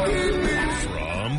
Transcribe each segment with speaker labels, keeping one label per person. Speaker 1: From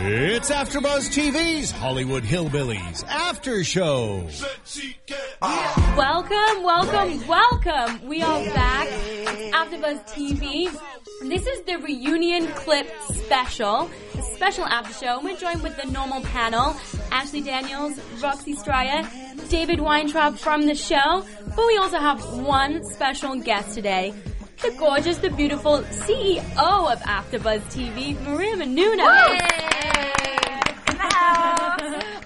Speaker 1: It's AfterBuzz TV's Hollywood Hillbillies After Show.
Speaker 2: Welcome, welcome, welcome. We are back. AfterBuzz TV. This is the reunion clip special, a special after show. and We're joined with the normal panel: Ashley Daniels, Roxy Stryer, David Weintraub from the show. But we also have one special guest today. The gorgeous, the beautiful CEO of AfterBuzz TV, Maria Menounos.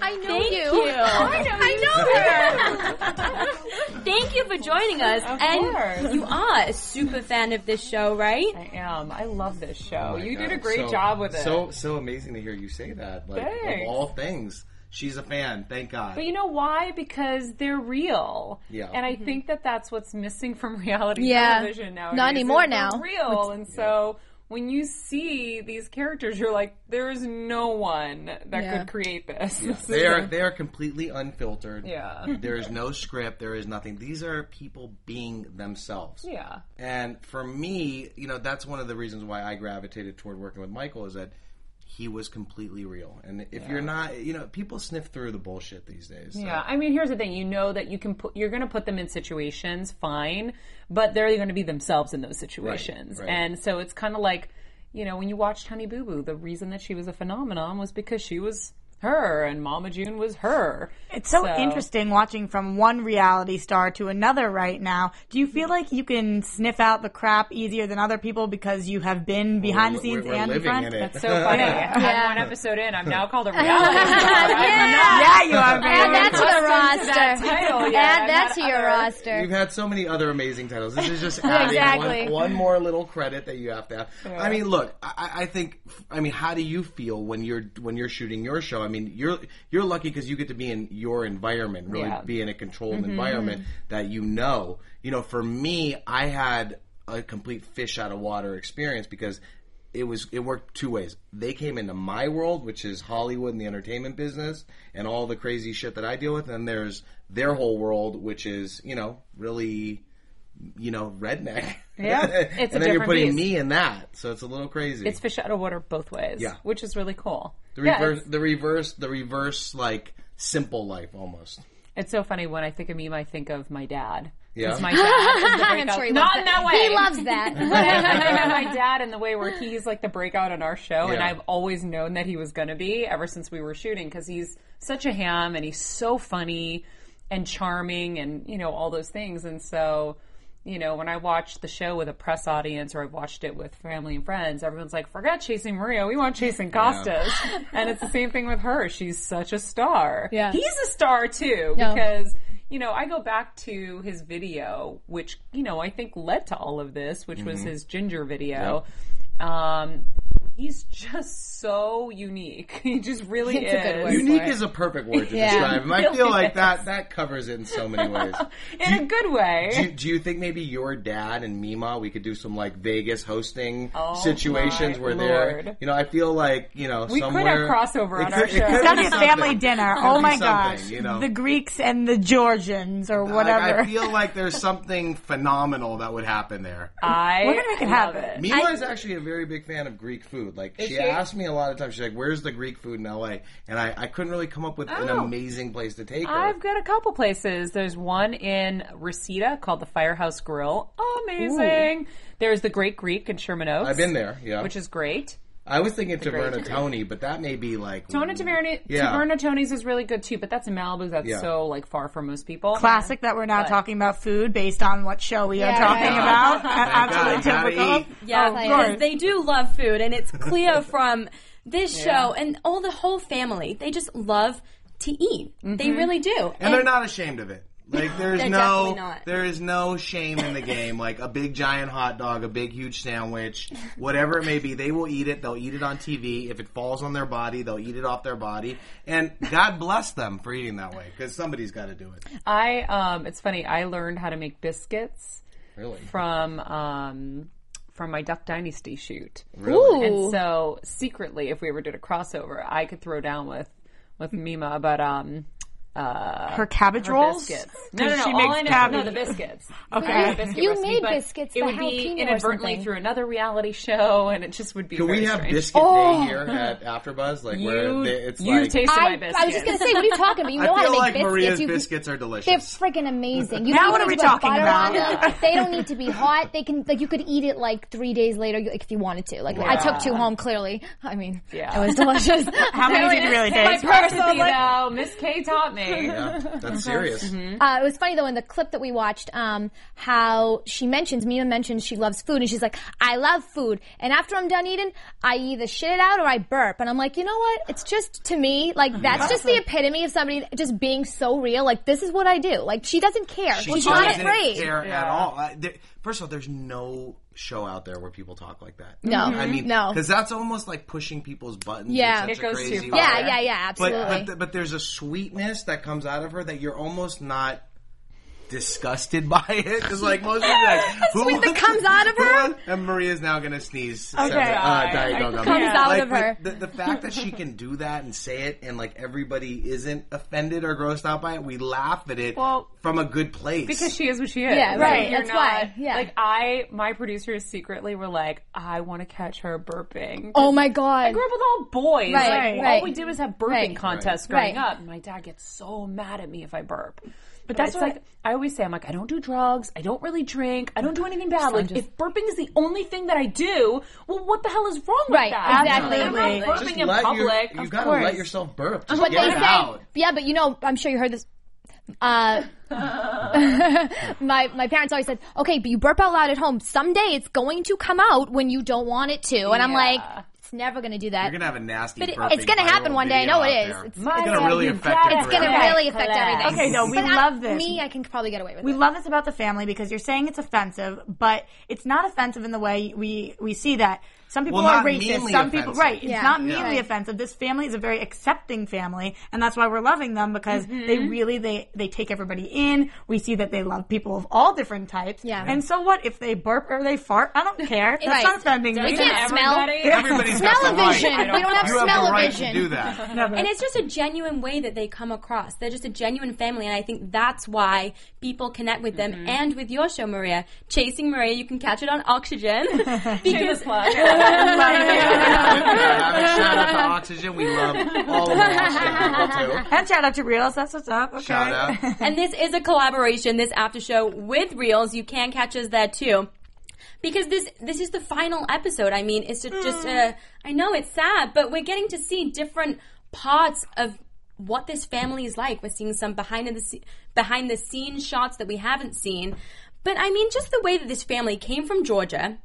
Speaker 3: I know
Speaker 2: Thank
Speaker 3: you.
Speaker 2: you.
Speaker 3: I know,
Speaker 2: Thank you for joining us.
Speaker 3: Of
Speaker 2: and
Speaker 3: course.
Speaker 2: you are a super fan of this show, right?
Speaker 3: her. I am. I love this show.
Speaker 4: Oh my
Speaker 3: you did
Speaker 4: God,
Speaker 3: a great
Speaker 4: so-
Speaker 3: job with it.
Speaker 4: So so amazing to hear you say that. Like
Speaker 3: Thanks.
Speaker 4: of all things, she's a fan. Thank God.
Speaker 3: but you know why? Because they're real.
Speaker 4: Yeah.
Speaker 3: And I think that that's what's missing from reality
Speaker 5: Mm-hmm. Yeah.
Speaker 3: television now.
Speaker 5: Not anymore now.
Speaker 3: Real. And so when you see these characters, you're like, there is no one that
Speaker 5: Yeah.
Speaker 3: could create this. This
Speaker 4: they
Speaker 3: is-
Speaker 4: are they are completely unfiltered.
Speaker 3: Yeah.
Speaker 4: There is no script. There is nothing. These are people being themselves.
Speaker 3: Yeah.
Speaker 4: And for me, you know, that's one of the reasons why I gravitated toward working with Michael is that he was completely real. And if you're not, you know, people sniff through the bullshit these days. so-
Speaker 3: Yeah, I mean, here's the thing. You know that you can put you're going to put them in situations, fine, but they're going to be themselves in those situations,
Speaker 4: right.
Speaker 3: and so it's kind of like, you know, when you watched Honey Boo Boo, the reason that she was a phenomenon was because she was her, and Mama June was her.
Speaker 6: It's so, interesting watching from one reality star to another right now. Do you feel like you can sniff out the crap easier than other people because you have been behind the
Speaker 4: We're-
Speaker 6: scenes
Speaker 4: we're
Speaker 6: and in
Speaker 4: living
Speaker 6: front?
Speaker 4: in it.
Speaker 3: That's so funny. I'm one episode in. I'm now called a reality. star.
Speaker 6: yeah, you
Speaker 5: Add
Speaker 6: are. Very
Speaker 5: that to the roster.
Speaker 3: that title, yeah,
Speaker 5: Add that
Speaker 3: that
Speaker 5: to your
Speaker 3: other-
Speaker 5: roster.
Speaker 4: You've had so many other amazing titles. This is just adding
Speaker 5: Exactly.
Speaker 4: one, one more little credit that you have to have. I mean, look, I, I think. I mean, how do you feel when you're when you're shooting your show? I mean, you're you're lucky because you get to be in your environment, really
Speaker 3: Yeah.
Speaker 4: be in a controlled
Speaker 3: Mm-hmm,
Speaker 4: environment that you know. You know, for me, I had a complete fish out of water experience because. It was it worked two ways. They came into my world, which is Hollywood and the entertainment business and all the crazy shit that I deal with, and there's their whole world, which is, you know, really you know, redneck.
Speaker 3: Yeah, it's a
Speaker 4: and then you're
Speaker 3: different
Speaker 4: putting
Speaker 3: beast.
Speaker 4: me in that, so it's a little crazy.
Speaker 3: It's fish out of water both ways.
Speaker 4: Yeah.
Speaker 3: which is really cool.
Speaker 4: the
Speaker 3: Yeah,
Speaker 4: reverse,
Speaker 3: it's-
Speaker 4: the reverse, the reverse, like simple life almost.
Speaker 3: It's so funny when I think of Mima, I think of my dad.
Speaker 4: Yeah.
Speaker 3: 'Cause My dad is the breakout-
Speaker 5: sure he
Speaker 3: Not
Speaker 5: loves that.
Speaker 3: in that way.
Speaker 5: He loves that.
Speaker 3: I think of my dad in the way where he's like the breakout on our show, and
Speaker 4: Yeah.
Speaker 3: I've always known that he was going to be ever since we were shooting because he's such a ham and he's so funny and charming and you know all those things. And so, you know, when I watch the show with a press audience or I've watched it with family and friends, everyone's like, "Forget chasing Maria, we want chasing Costas." and it's the same thing with her; she's such a star.
Speaker 5: Yeah.
Speaker 3: he's a star too
Speaker 5: No.
Speaker 3: because you know, I go back to his video, which, you know, I think led to all of this, which
Speaker 4: Mm-hmm.
Speaker 3: was his ginger video. Um, he's just so unique. He just really
Speaker 5: It's
Speaker 3: is.
Speaker 5: a good word.
Speaker 4: Unique
Speaker 5: for it.
Speaker 4: is a perfect word to
Speaker 5: Yeah.
Speaker 4: describe him. I feel like that that covers it in so many ways.
Speaker 3: In a good way.
Speaker 4: Do, do you think maybe your dad and Mima, we could do some like Vegas hosting
Speaker 3: Oh,
Speaker 4: situations
Speaker 3: my
Speaker 4: where
Speaker 3: Lord.
Speaker 4: they're, you know, I feel like you know
Speaker 3: We could have
Speaker 4: somewhere
Speaker 3: crossover
Speaker 4: It
Speaker 3: on
Speaker 4: could-
Speaker 3: our
Speaker 4: it
Speaker 3: show.
Speaker 4: could be
Speaker 6: It's a
Speaker 4: something.
Speaker 6: family dinner.
Speaker 4: It could
Speaker 6: Oh
Speaker 4: be
Speaker 6: my
Speaker 4: something,
Speaker 6: gosh.
Speaker 4: you know.
Speaker 6: The Greeks and the Georgians or
Speaker 4: Like,
Speaker 6: whatever.
Speaker 4: I feel like there's something phenomenal that would happen there.
Speaker 3: I
Speaker 6: We're gonna make it
Speaker 3: love
Speaker 6: happen.
Speaker 4: Mima is actually a very big fan of Greek food. Like she,
Speaker 3: she?
Speaker 4: asked me a lot of times, she's like, "Where's the Greek food in LA?" And I, I couldn't really come up with an
Speaker 3: Oh.
Speaker 4: amazing place to take her.
Speaker 3: I've got a couple places. There's one in Reseda called the Firehouse Grill. Amazing. There's the Great Greek in Sherman Oaks.
Speaker 4: I've been there, yeah.
Speaker 3: Which is great.
Speaker 4: I was thinking Taverna Tony, but that may be like
Speaker 3: Tona Taverna,
Speaker 4: Yeah.
Speaker 3: Taverna Tony's is really good too, but that's in Malibu. That's
Speaker 4: Yeah.
Speaker 3: so like far from most people.
Speaker 6: Classic that we're now talking about food based on what show we
Speaker 5: Yeah.
Speaker 6: are talking
Speaker 5: Yeah.
Speaker 6: about.
Speaker 4: Thank God,
Speaker 6: Absolutely
Speaker 4: gotta
Speaker 6: typical.
Speaker 4: eat.
Speaker 2: Yeah,
Speaker 6: Oh,
Speaker 2: because
Speaker 6: Lord.
Speaker 2: they do love food, and it's clear from this show and all the whole family. They just love to eat. They
Speaker 3: Mm-hmm.
Speaker 2: really do.
Speaker 4: and they're not ashamed of it. Like there's
Speaker 2: They're
Speaker 4: no
Speaker 2: definitely not.
Speaker 4: there is no shame in the game. Like a big giant hot dog, a big huge sandwich, whatever it may be, they will eat it. They'll eat it on TV. If it falls on their body, they'll eat it off their body. And God bless them for eating that way because somebody's got to do it.
Speaker 3: I um, it's funny. I learned how to make biscuits
Speaker 4: Really?
Speaker 3: from um, from my Duck Dynasty shoot.
Speaker 4: Really?
Speaker 3: And so secretly, if we ever did a crossover, I could throw down with with Mima, but um, uh,
Speaker 6: Her cabbage rolls.
Speaker 3: biscuits. No, no, no.
Speaker 6: She
Speaker 3: all
Speaker 6: makes
Speaker 3: I know,
Speaker 6: cabbage-
Speaker 3: no, the biscuits.
Speaker 6: Okay.
Speaker 3: The biscuit
Speaker 7: You
Speaker 3: recipe,
Speaker 7: made
Speaker 3: but
Speaker 7: biscuits,
Speaker 3: It
Speaker 7: the
Speaker 3: would be
Speaker 7: jalapeno or
Speaker 3: inadvertently
Speaker 7: something.
Speaker 3: through another reality show, and it just would be.
Speaker 4: Can we
Speaker 3: very
Speaker 4: have
Speaker 3: strange.
Speaker 4: biscuit
Speaker 7: Oh,
Speaker 4: day here at AfterBuzz? Like where
Speaker 3: You,
Speaker 4: they, it's
Speaker 3: you
Speaker 4: like
Speaker 3: tasted my
Speaker 7: I,
Speaker 3: biscuits.
Speaker 7: I was just gonna say, what are you talking about? You know
Speaker 4: I
Speaker 7: how to
Speaker 4: feel
Speaker 7: make
Speaker 4: like
Speaker 7: biscuits.
Speaker 4: Maria's
Speaker 7: you,
Speaker 4: biscuits are
Speaker 7: They're
Speaker 4: delicious.
Speaker 7: freaking amazing. You
Speaker 6: Now
Speaker 7: don't
Speaker 6: what
Speaker 7: need
Speaker 6: are we
Speaker 7: to put
Speaker 6: talking
Speaker 7: butter
Speaker 6: about?
Speaker 7: on them. They don't need to be hot. They can like you could eat it like three days later you- if you wanted to. Like I took two home. Clearly, I mean,
Speaker 3: Yeah.
Speaker 7: it was delicious.
Speaker 6: How many did you really
Speaker 3: my
Speaker 6: taste?
Speaker 3: recipe, though. Miss K taught me. Mm-hmm.
Speaker 4: Yeah, that's serious.
Speaker 7: Uh, it was funny though in the clip that we watched um, how she mentions Mima mentions she loves food and she's like I love food and after I'm done eating I either shit it out or I burp and I'm like you know what it's just to me like that's just the epitome of somebody just being so real like this is what I do like she doesn't care she's not
Speaker 4: doesn't
Speaker 7: afraid
Speaker 4: care at all. I, there, first of all, there's no show out there where people talk like that.
Speaker 7: No.
Speaker 4: I mean,
Speaker 7: No.
Speaker 4: because that's almost like pushing people's buttons. in
Speaker 7: Yeah.
Speaker 4: such
Speaker 7: It
Speaker 4: a
Speaker 3: goes
Speaker 4: crazy
Speaker 3: too
Speaker 4: way.
Speaker 3: far.
Speaker 7: yeah yeah yeah
Speaker 4: But
Speaker 7: absolutely
Speaker 4: but, th- but there's a sweetness that comes out of her that you're almost not disgusted by it. Because like most people, are like, who
Speaker 7: sweet that
Speaker 4: wants-
Speaker 7: comes out of
Speaker 4: who
Speaker 7: her?
Speaker 4: wants- And Maria's now gonna sneeze. Okay,
Speaker 3: God.
Speaker 4: uh, Diet Coke.
Speaker 7: Comes
Speaker 4: Yeah.
Speaker 7: out
Speaker 4: Like,
Speaker 7: of her.
Speaker 4: The, the, the fact that she can do that and say it, and like everybody isn't offended or grossed out by it, we laugh at it
Speaker 3: Well,
Speaker 4: from a good place.
Speaker 3: Because she is what she is.
Speaker 7: Yeah,
Speaker 3: Like,
Speaker 7: right,
Speaker 3: you're
Speaker 7: that's why, yeah.
Speaker 3: Like I, my producers secretly were like, I want to catch her burping.
Speaker 7: oh my god
Speaker 3: I grew up with all boys.
Speaker 7: Oh, Right,
Speaker 3: like,
Speaker 7: right,
Speaker 3: All
Speaker 7: right.
Speaker 3: we did was have burping
Speaker 7: Right.
Speaker 3: contests
Speaker 7: Right.
Speaker 3: growing up. And my dad gets so mad at me if I burp. But that's like I always say. I'm like, I don't do drugs. I don't really drink. I don't do anything bad. Like, if burping is the only thing that I do, well, what the hell is wrong with
Speaker 7: Right,
Speaker 3: that?
Speaker 7: exactly.
Speaker 3: I'm not
Speaker 6: Absolutely.
Speaker 3: burping in public.
Speaker 4: Your, you
Speaker 3: Of
Speaker 4: gotta
Speaker 3: course.
Speaker 4: let yourself burp. Just
Speaker 7: But
Speaker 4: get
Speaker 7: they
Speaker 4: it
Speaker 7: say,
Speaker 4: out.
Speaker 7: yeah, but you know, I'm sure you heard this. Uh, my my parents always said, okay, but you burp out loud at home. Someday it's going to come out when you don't want it to, and I'm like, it's never going to do that.
Speaker 4: You're gonna have a nasty.
Speaker 7: But it-
Speaker 4: burping
Speaker 7: it's gonna happen
Speaker 4: viral
Speaker 7: one day. I
Speaker 4: video
Speaker 7: know it
Speaker 4: out
Speaker 7: is.
Speaker 4: there.
Speaker 7: It's-
Speaker 4: It's
Speaker 3: My
Speaker 4: gonna
Speaker 3: God,
Speaker 4: really
Speaker 3: you
Speaker 4: affect
Speaker 3: gotta-
Speaker 4: your
Speaker 3: It's
Speaker 7: it's going to
Speaker 4: brain.
Speaker 3: Okay.
Speaker 7: really affect everything.
Speaker 6: Okay, no, we
Speaker 7: But I-
Speaker 6: love this.
Speaker 7: Me, I can probably get away with
Speaker 6: We
Speaker 7: it.
Speaker 6: love this about the family because you're saying it's offensive, but it's not offensive in the way we we see that. Some people
Speaker 4: Well,
Speaker 6: are
Speaker 4: not
Speaker 6: racist.
Speaker 4: meanly
Speaker 6: Some people,
Speaker 4: offensive.
Speaker 6: right? It's
Speaker 7: Yeah.
Speaker 6: not
Speaker 7: Yeah.
Speaker 6: meanly offensive. This family is a very accepting family, and that's why we're loving them because
Speaker 7: Mm-hmm.
Speaker 6: they really they they take everybody in. We see that they love people of all different types.
Speaker 7: Yeah.
Speaker 6: And so what if they burp or they fart? I don't care. That's
Speaker 7: Right.
Speaker 6: not offending
Speaker 7: We
Speaker 6: me.
Speaker 7: can't smell.
Speaker 3: Everybody-
Speaker 4: Everybody's got the right.
Speaker 7: Smell-o-vision.
Speaker 3: We don't have
Speaker 4: you have the right
Speaker 7: smell-o-vision.
Speaker 4: to do that.
Speaker 2: And it's just a genuine way that they come across. They're just a genuine family, and I think that's why people connect with them and with your show, Maria. Chasing Maria, you can catch it on Oxygen. because
Speaker 4: Shout out to Oxygen. We love all of the Oxygen people too.
Speaker 6: And shout out to Reels. That's what's up. Okay.
Speaker 4: Shout out.
Speaker 2: and this is a collaboration, this after show with Reels. You can catch us there too. Because this this is the final episode. I mean, it's just, just uh, I know it's sad, but we're getting to see different parts of what this family is like. We're seeing some behind the sce- behind the scenes shots that we haven't seen. But I mean, just the way that this family came from Georgia,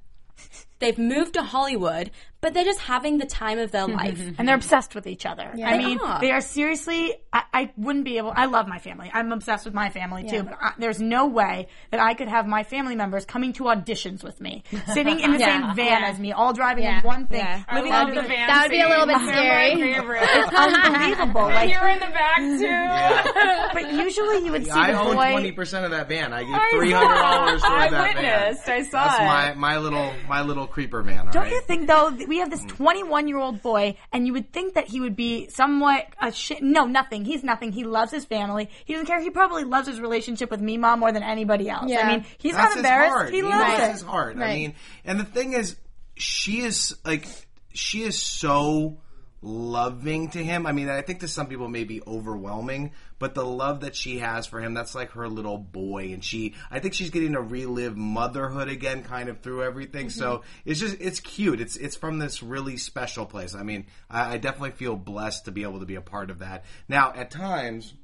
Speaker 2: they've moved to Hollywood, but they're just having the time of their life.
Speaker 6: and they're obsessed with each other. I
Speaker 2: They
Speaker 6: mean,
Speaker 2: are.
Speaker 6: they are seriously. I, I wouldn't be able. I love my family. I'm obsessed with my family too. But I, there's no way that I could have my family members coming to auditions with me, sitting in the
Speaker 7: Yeah.
Speaker 6: same van
Speaker 7: Yeah.
Speaker 6: as me, all driving
Speaker 7: Yeah.
Speaker 6: in one thing,
Speaker 7: Yeah. I
Speaker 6: living
Speaker 3: love
Speaker 6: on
Speaker 3: the van
Speaker 7: That would be a little bit
Speaker 3: They're my
Speaker 7: scary.
Speaker 3: favorite.
Speaker 6: unbelievable. like,
Speaker 3: You're in the back too.
Speaker 6: but usually you would see
Speaker 4: I
Speaker 6: the
Speaker 4: own twenty
Speaker 6: boy.
Speaker 4: percent of that van. I gave
Speaker 3: I
Speaker 4: three hundred dollars
Speaker 3: saw- I
Speaker 4: for that
Speaker 3: witnessed.
Speaker 4: van.
Speaker 3: I saw
Speaker 4: That's
Speaker 3: it.
Speaker 4: my my little my little creeper van. all
Speaker 6: Don't
Speaker 4: right?
Speaker 6: you think though? that We have this 21 year old boy, and you would think that he would be somewhat a shit. No, nothing. He's nothing. He loves his family. He doesn't care. He probably loves his relationship with Mima more than anybody else.
Speaker 7: Yeah.
Speaker 6: I mean, he's
Speaker 4: That's
Speaker 6: not
Speaker 4: his
Speaker 6: embarrassed.
Speaker 4: heart.
Speaker 6: He
Speaker 4: You know,
Speaker 6: loves
Speaker 4: that's
Speaker 6: it.
Speaker 4: his heart. I
Speaker 7: Right.
Speaker 4: mean, and the thing is, she is like, she is so loving to him. I mean, I think to some people it may be overwhelming, but the love that she has for him, that's like her little boy. And she, I think she's getting to relive motherhood again, kind of through everything. So
Speaker 6: Mm-hmm.
Speaker 4: it's just, it's cute. It's, it's from this really special place. I mean, I, I definitely feel blessed to be able to be a part of that. Now, at times,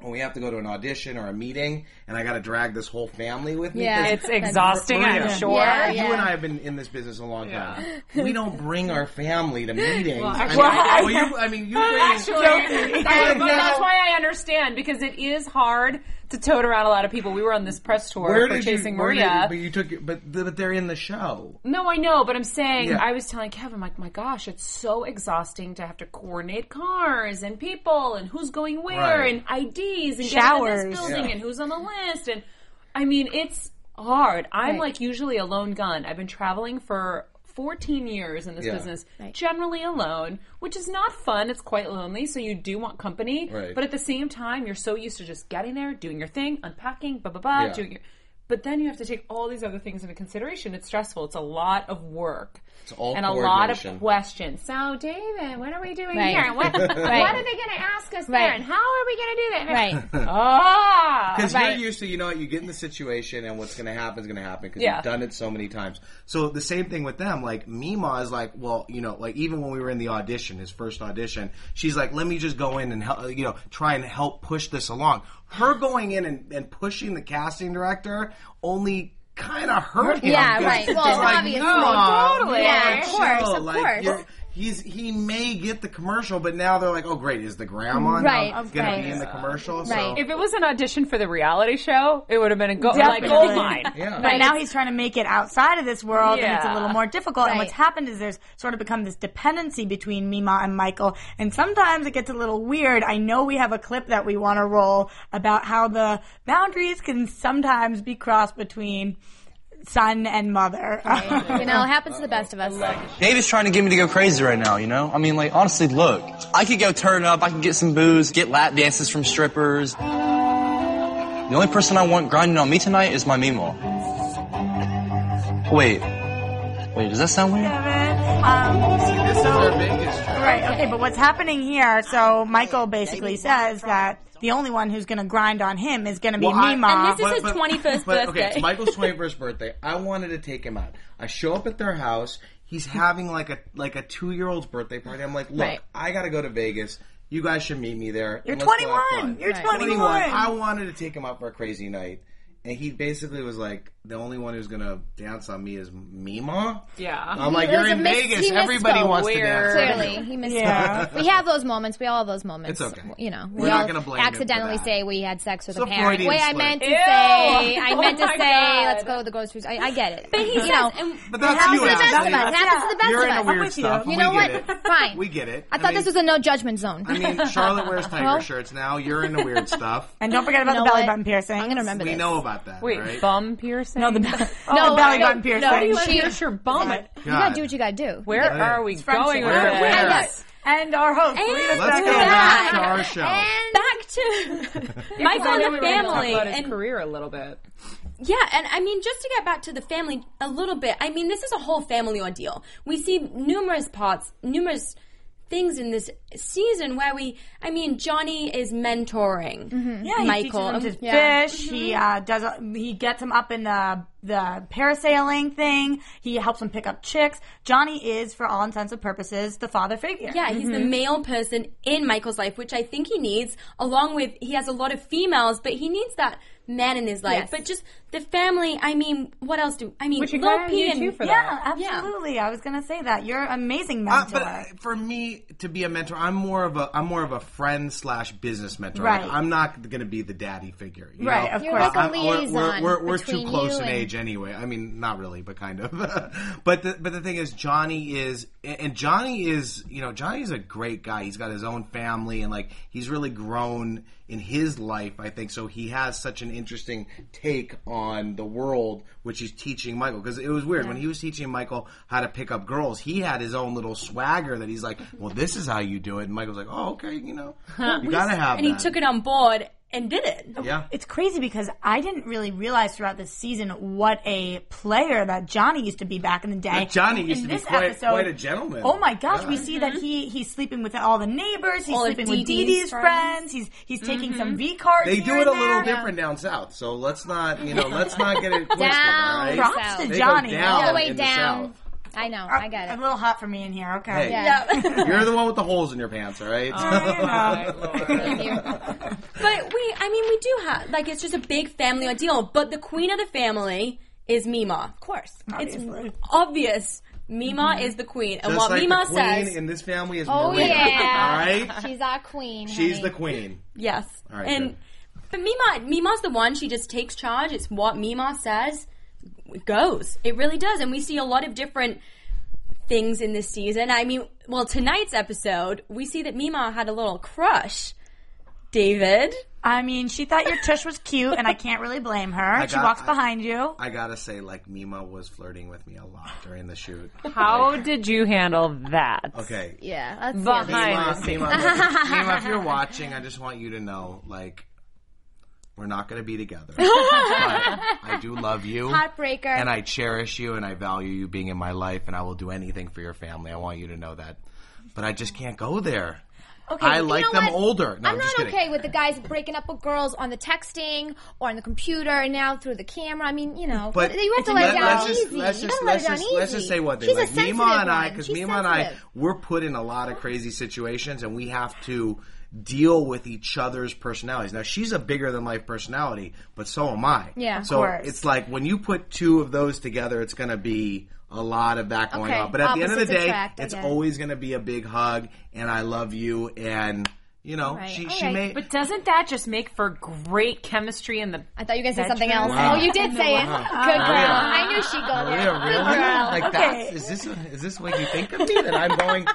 Speaker 4: when we have to go to an audition or a meeting, and I got to drag this whole family with me.
Speaker 7: Yeah.
Speaker 4: 'cause
Speaker 3: It's exhausting, I'm
Speaker 4: Maria.
Speaker 3: sure.
Speaker 7: Yeah.
Speaker 4: you and I have been in this business a long time. We don't bring our family to meetings. I mean,
Speaker 3: actually-
Speaker 4: well, you, I mean, you bring,
Speaker 3: But that's why I understand because it is hard to tote around a lot of people. We were on this press tour
Speaker 4: where
Speaker 3: for
Speaker 4: did you?
Speaker 3: Chasing
Speaker 4: where did-
Speaker 3: Maria.
Speaker 4: but you took, but but they're in the show.
Speaker 3: No, I know, but I'm saying
Speaker 4: Yeah.
Speaker 3: I was telling Kevin, like, my gosh, it's so exhausting to have to coordinate cars and people and who's going where
Speaker 4: Right.
Speaker 3: and IDs and get into
Speaker 6: Showers.
Speaker 3: this building
Speaker 4: Yeah.
Speaker 3: and who's on the list and I mean it's hard. I'm
Speaker 7: Right.
Speaker 3: like usually a lone gun. I've been traveling for 14 years in this
Speaker 4: Yeah.
Speaker 3: business,
Speaker 7: Right.
Speaker 3: generally alone, which is not fun. It's quite lonely, so you do want company.
Speaker 4: Right.
Speaker 3: But at the same time, you're so used to just getting there, doing your thing, unpacking, blah blah blah,
Speaker 4: Yeah.
Speaker 3: doing your. But then you have to take all these other things into consideration. It's stressful. It's a lot of work. It's
Speaker 4: all
Speaker 3: and a lot
Speaker 4: coordination.
Speaker 3: of questions. So, David, what are we doing
Speaker 7: Right.
Speaker 3: here? And What,
Speaker 7: Right.
Speaker 3: what are they going to ask us
Speaker 7: Right.
Speaker 3: there? And how are we going to do that?
Speaker 7: Right.
Speaker 3: Ah.
Speaker 4: Because
Speaker 7: Right.
Speaker 4: you're used to, you know, what you get in the situation and what's going to happen is going to happen because
Speaker 3: Yeah.
Speaker 4: you've done it so many times. So the same thing with them. Like Mima is like, well, you know, like even when we were in the audition, his first audition, she's like, let me just go in and help, you know, try and help push this along. Her going in and, and pushing the casting director only. Kind of hurt him.
Speaker 7: Yeah,
Speaker 4: 'cause
Speaker 7: right.
Speaker 4: it's
Speaker 7: Well,
Speaker 4: like,
Speaker 7: obviously.
Speaker 4: no,
Speaker 7: Totally.
Speaker 4: no,
Speaker 7: Yeah, of
Speaker 4: chill.
Speaker 7: course, of
Speaker 4: Like,
Speaker 7: course.
Speaker 4: you're- He's he may get the commercial, but now they're like, oh great, is the grandma
Speaker 7: Right,
Speaker 4: now
Speaker 7: of
Speaker 4: going to
Speaker 7: course.
Speaker 4: be in the commercial?
Speaker 7: Right.
Speaker 4: So
Speaker 3: If it was an audition for the reality show, it would have been a go- like
Speaker 6: Definitely.
Speaker 3: gold mine.
Speaker 4: yeah,
Speaker 6: But now he's trying to make it outside of this world, and it's a
Speaker 3: Yeah.
Speaker 6: little more difficult. And
Speaker 7: Right.
Speaker 6: what's happened is there's sort of become this dependency between Mima and Michael, and sometimes it gets a little weird. I know we have a clip that we want to roll about how the boundaries can sometimes be crossed between son and mother.
Speaker 7: You know, it happens to the best of us.
Speaker 5: Dave is trying to get me to go crazy right now, you know? I mean, like, honestly, look, I could go turn up, I can get some booze, get lap dances from strippers. The only person I want grinding on me tonight is my Mimo. Wait. Wait, does that sound weird?
Speaker 6: Um,
Speaker 4: this is their biggest.
Speaker 6: right. Okay. But what's happening here? So Michael basically says that the only one who's going to grind on him is going to be
Speaker 4: Well, I-
Speaker 6: Mima.
Speaker 2: And this is his 21st
Speaker 4: but, Okay,
Speaker 2: birthday.
Speaker 4: it's Michael's twenty first birthday. I wanted to take him out. I show up at their house. He's having like a like a two year old's birthday party. I'm like, look,
Speaker 7: Right.
Speaker 4: I gotta go to Vegas. You guys should meet me there.
Speaker 6: You're
Speaker 4: Let's go
Speaker 6: 21.
Speaker 4: have fun."
Speaker 6: You're
Speaker 7: Right.
Speaker 6: 21.
Speaker 4: I wanted to take him out for a crazy night. And he basically was like, the only one who's gonna dance on me is Mima.
Speaker 3: Yeah.
Speaker 4: I'm like,
Speaker 7: It was
Speaker 4: you're
Speaker 7: a
Speaker 4: in
Speaker 7: mis-
Speaker 4: Vegas.
Speaker 7: he misspoke.
Speaker 4: Everybody wants to dance.
Speaker 3: Weird.
Speaker 7: Clearly, he missed.
Speaker 6: Yeah.
Speaker 7: We have those moments. We all have those moments.
Speaker 4: It's okay.
Speaker 7: You know,
Speaker 4: We're
Speaker 7: we
Speaker 4: not
Speaker 7: all
Speaker 4: gonna blame him for
Speaker 7: accidentally
Speaker 4: that.
Speaker 7: say we had sex with
Speaker 4: It's a
Speaker 7: a parent.
Speaker 4: Freudian
Speaker 7: Wait, I
Speaker 4: slip.
Speaker 7: meant to
Speaker 3: Ew.
Speaker 7: say. I
Speaker 3: Oh
Speaker 7: meant to
Speaker 3: my
Speaker 7: say.
Speaker 3: God.
Speaker 7: Let's go to the grocery store. I, I get it. But
Speaker 2: He
Speaker 7: you
Speaker 2: says,
Speaker 7: know,
Speaker 2: and
Speaker 4: But that's
Speaker 6: How's
Speaker 4: you,
Speaker 6: it
Speaker 7: it happens to
Speaker 4: Ashley.
Speaker 7: the best of us. It happens to the best
Speaker 4: You're
Speaker 7: of
Speaker 4: into
Speaker 7: us.
Speaker 4: weird
Speaker 6: with you.
Speaker 4: stuff.
Speaker 6: You
Speaker 4: We
Speaker 7: know
Speaker 4: get
Speaker 7: what?
Speaker 4: it.
Speaker 7: Fine.
Speaker 4: We get it.
Speaker 7: I thought this
Speaker 4: mean-
Speaker 7: was a no judgment zone.
Speaker 4: I mean, Charlotte wears tiger
Speaker 7: Well-
Speaker 4: shirts now. You're into weird stuff.
Speaker 6: and don't forget about
Speaker 7: You know
Speaker 6: the belly
Speaker 7: what?
Speaker 6: button piercing.
Speaker 7: I'm gonna remember
Speaker 4: We
Speaker 7: this.
Speaker 4: know about that,
Speaker 3: Wait,
Speaker 4: right?
Speaker 3: bum piercing?
Speaker 6: No, the, be- the belly button piercing.
Speaker 7: no,
Speaker 3: Let
Speaker 7: she-
Speaker 3: pierce your bum.
Speaker 7: you gotta do what you gotta do.
Speaker 3: Where are we going with
Speaker 6: Where-
Speaker 3: this?
Speaker 7: where?
Speaker 6: And our host, Lena
Speaker 4: Let's go
Speaker 6: Beckham.
Speaker 4: back to our show.
Speaker 3: Eh.
Speaker 2: back to Michael
Speaker 3: I know
Speaker 2: and
Speaker 3: we
Speaker 2: the
Speaker 3: were gonna talk
Speaker 2: family.
Speaker 3: about his
Speaker 2: And
Speaker 3: career a little bit.
Speaker 2: Yeah, and I mean, just to get back to the family a little bit, I mean, this is a whole family ordeal. We see numerous parts, numerous things in this season where we, I mean, Johnny is mentoring
Speaker 7: Mm-hmm.
Speaker 6: Yeah, he
Speaker 2: Michael.
Speaker 6: teaches him to
Speaker 7: Yeah.
Speaker 6: fish.
Speaker 2: Mm-hmm.
Speaker 6: He uh, does. A, he gets him up in the the parasailing thing. He helps him pick up chicks. Johnny is, for all intents and purposes, the father figure.
Speaker 2: Yeah,
Speaker 4: Mm-hmm.
Speaker 2: he's
Speaker 6: Mm-hmm.
Speaker 2: the male person in Michael's life, which I think he needs, along with he has a lot of females, but he needs that man in his life.
Speaker 7: Yes.
Speaker 2: But just the family, I mean, what else do I mean?
Speaker 3: Which you
Speaker 2: Lil
Speaker 3: kinda
Speaker 2: P
Speaker 3: need
Speaker 2: and
Speaker 3: you for
Speaker 6: Yeah,
Speaker 3: that.
Speaker 6: absolutely. I was gonna say that you're an amazing
Speaker 4: Uh,
Speaker 6: mentor.
Speaker 4: but uh, for me to be a mentor, I'm more of a I'm more of a friend slash business mentor.
Speaker 6: Right.
Speaker 4: Like, I'm not going to be the daddy figure. you
Speaker 6: Right,
Speaker 4: know?
Speaker 6: of You're course. like a
Speaker 4: I'm- we're-
Speaker 7: liaison
Speaker 4: We're, we're, we're too
Speaker 7: between
Speaker 4: close
Speaker 7: you
Speaker 4: in
Speaker 7: and-
Speaker 4: age anyway. I mean, not really, but kind of. but the, but the thing is, Johnny is and Johnny is you know Johnny's a great guy. He's got his own family and like he's really grown in his life. I think so. He has such an interesting take on the world, which he's teaching Michael because it was weird when he was teaching Michael how to pick up girls. He had his own little swagger that he's like, well, this is how you do it. And Michael's like, oh, okay, you know, you gotta have.
Speaker 2: and he
Speaker 4: that.
Speaker 2: took it on board and did it.
Speaker 4: Yeah.
Speaker 6: Oh, it's crazy because I didn't really realize throughout this season what a player that Johnny used to be back in the day.
Speaker 4: That Johnny used
Speaker 6: In
Speaker 4: to be
Speaker 6: this
Speaker 4: quite- quite a gentleman.
Speaker 6: Oh my gosh, we
Speaker 4: Yeah.
Speaker 6: see that
Speaker 7: Mm-hmm.
Speaker 6: he he's sleeping with all the neighbors. He's
Speaker 2: All of
Speaker 6: sleeping with Dee
Speaker 2: Dee Dee's
Speaker 6: Dee's
Speaker 2: friends.
Speaker 6: friends. He's he's taking
Speaker 7: Mm-hmm.
Speaker 6: some V cards.
Speaker 4: They do
Speaker 6: here
Speaker 4: it
Speaker 6: and
Speaker 4: a little
Speaker 6: there.
Speaker 4: different down south, so let's not, you know, let's not get it twisted.
Speaker 7: Down
Speaker 4: all right?
Speaker 7: south.
Speaker 6: Props to
Speaker 4: They go
Speaker 6: Johnny. Uh,
Speaker 4: down
Speaker 7: All the way
Speaker 4: in
Speaker 7: down.
Speaker 4: south.
Speaker 7: I know. I got
Speaker 6: A
Speaker 7: it.
Speaker 6: little hot for me in here. Okay.
Speaker 4: Hey,
Speaker 7: Yeah.
Speaker 4: you're the one with the holes in your pants, all right?
Speaker 6: Oh,
Speaker 2: But we, I mean, we do have like it's just a big family ordeal. But the queen of the family is Mima. Of course,
Speaker 6: Obviously.
Speaker 2: it's obvious. Mima is the queen, and
Speaker 4: Just
Speaker 2: what
Speaker 4: like
Speaker 2: Mima
Speaker 4: the queen
Speaker 2: says,
Speaker 4: in this family is
Speaker 7: Oh
Speaker 4: Maria.
Speaker 7: yeah.
Speaker 4: All right?
Speaker 7: She's our queen.
Speaker 4: She's
Speaker 7: honey.
Speaker 4: the queen.
Speaker 2: yes.
Speaker 4: All right,
Speaker 2: and
Speaker 4: good.
Speaker 2: but Mima, Mima's the one. She just takes charge. It's what Mima says goes. It really does, and we see a lot of different things in this season. I mean, well, tonight's episode, we see that Mima had a little crush, David.
Speaker 6: I mean, she thought your tush was cute, and I can't really blame her. she
Speaker 4: got-
Speaker 6: walks
Speaker 4: I-
Speaker 6: behind you.
Speaker 4: I gotta say, like, Mima was flirting with me a lot during the shoot.
Speaker 3: How did you handle that?
Speaker 4: Okay.
Speaker 7: Yeah. That's
Speaker 3: Behind
Speaker 4: Mima,
Speaker 3: the scenes.
Speaker 4: Mima, look, Mima, if you're watching, I just want you to know, like, we're not gonna be together. but I do love you.
Speaker 7: Mm-hmm. Heartbreaker.
Speaker 4: And I cherish you and I value you being in my life and I will do anything for your family. I want you to know that. But I just can't go there.
Speaker 7: Okay,
Speaker 4: I
Speaker 7: you
Speaker 4: like
Speaker 7: know
Speaker 4: them
Speaker 7: what?
Speaker 4: older. No,
Speaker 7: I'm,
Speaker 4: I'm
Speaker 7: not
Speaker 4: just kidding.
Speaker 7: okay with the guys breaking up with girls on the texting or on the computer and now through the camera. I mean, you know,
Speaker 4: But
Speaker 7: you have to let
Speaker 4: let-
Speaker 7: it down
Speaker 4: let's
Speaker 7: easy.
Speaker 4: just let's
Speaker 7: you
Speaker 4: just
Speaker 7: gotta let
Speaker 4: let's
Speaker 7: it down
Speaker 4: just
Speaker 7: easy.
Speaker 4: let's just say one thing.
Speaker 7: She's
Speaker 4: like
Speaker 7: a sensitive
Speaker 4: Mima and I,
Speaker 7: one.
Speaker 4: because
Speaker 7: She's
Speaker 4: Mima and I,
Speaker 7: sensitive.
Speaker 4: we're put in a lot of crazy situations, and we have to deal with each other's personalities. Now she's a bigger than life personality, but so am I.
Speaker 7: Yeah. Of
Speaker 4: So
Speaker 6: course.
Speaker 4: it's like when you put two of those together, it's going to be a lot of that going
Speaker 7: Okay,
Speaker 4: on. But at the end of the
Speaker 7: opposites
Speaker 4: day,
Speaker 7: attract, I
Speaker 4: it's
Speaker 7: get it.
Speaker 4: always going to be a big hug, and I love you, and you know Oh, she she
Speaker 7: okay.
Speaker 4: may.
Speaker 3: But doesn't that just make for great chemistry in the
Speaker 7: I thought you guys said something else.
Speaker 4: Wow.
Speaker 7: Oh, you did say it. Good girl.
Speaker 3: Uh-huh. Oh,
Speaker 7: I knew she'd go
Speaker 4: Maria,
Speaker 7: there.
Speaker 4: really?
Speaker 7: Good girl.
Speaker 4: Like that's is this is this what you think of me that I'm going?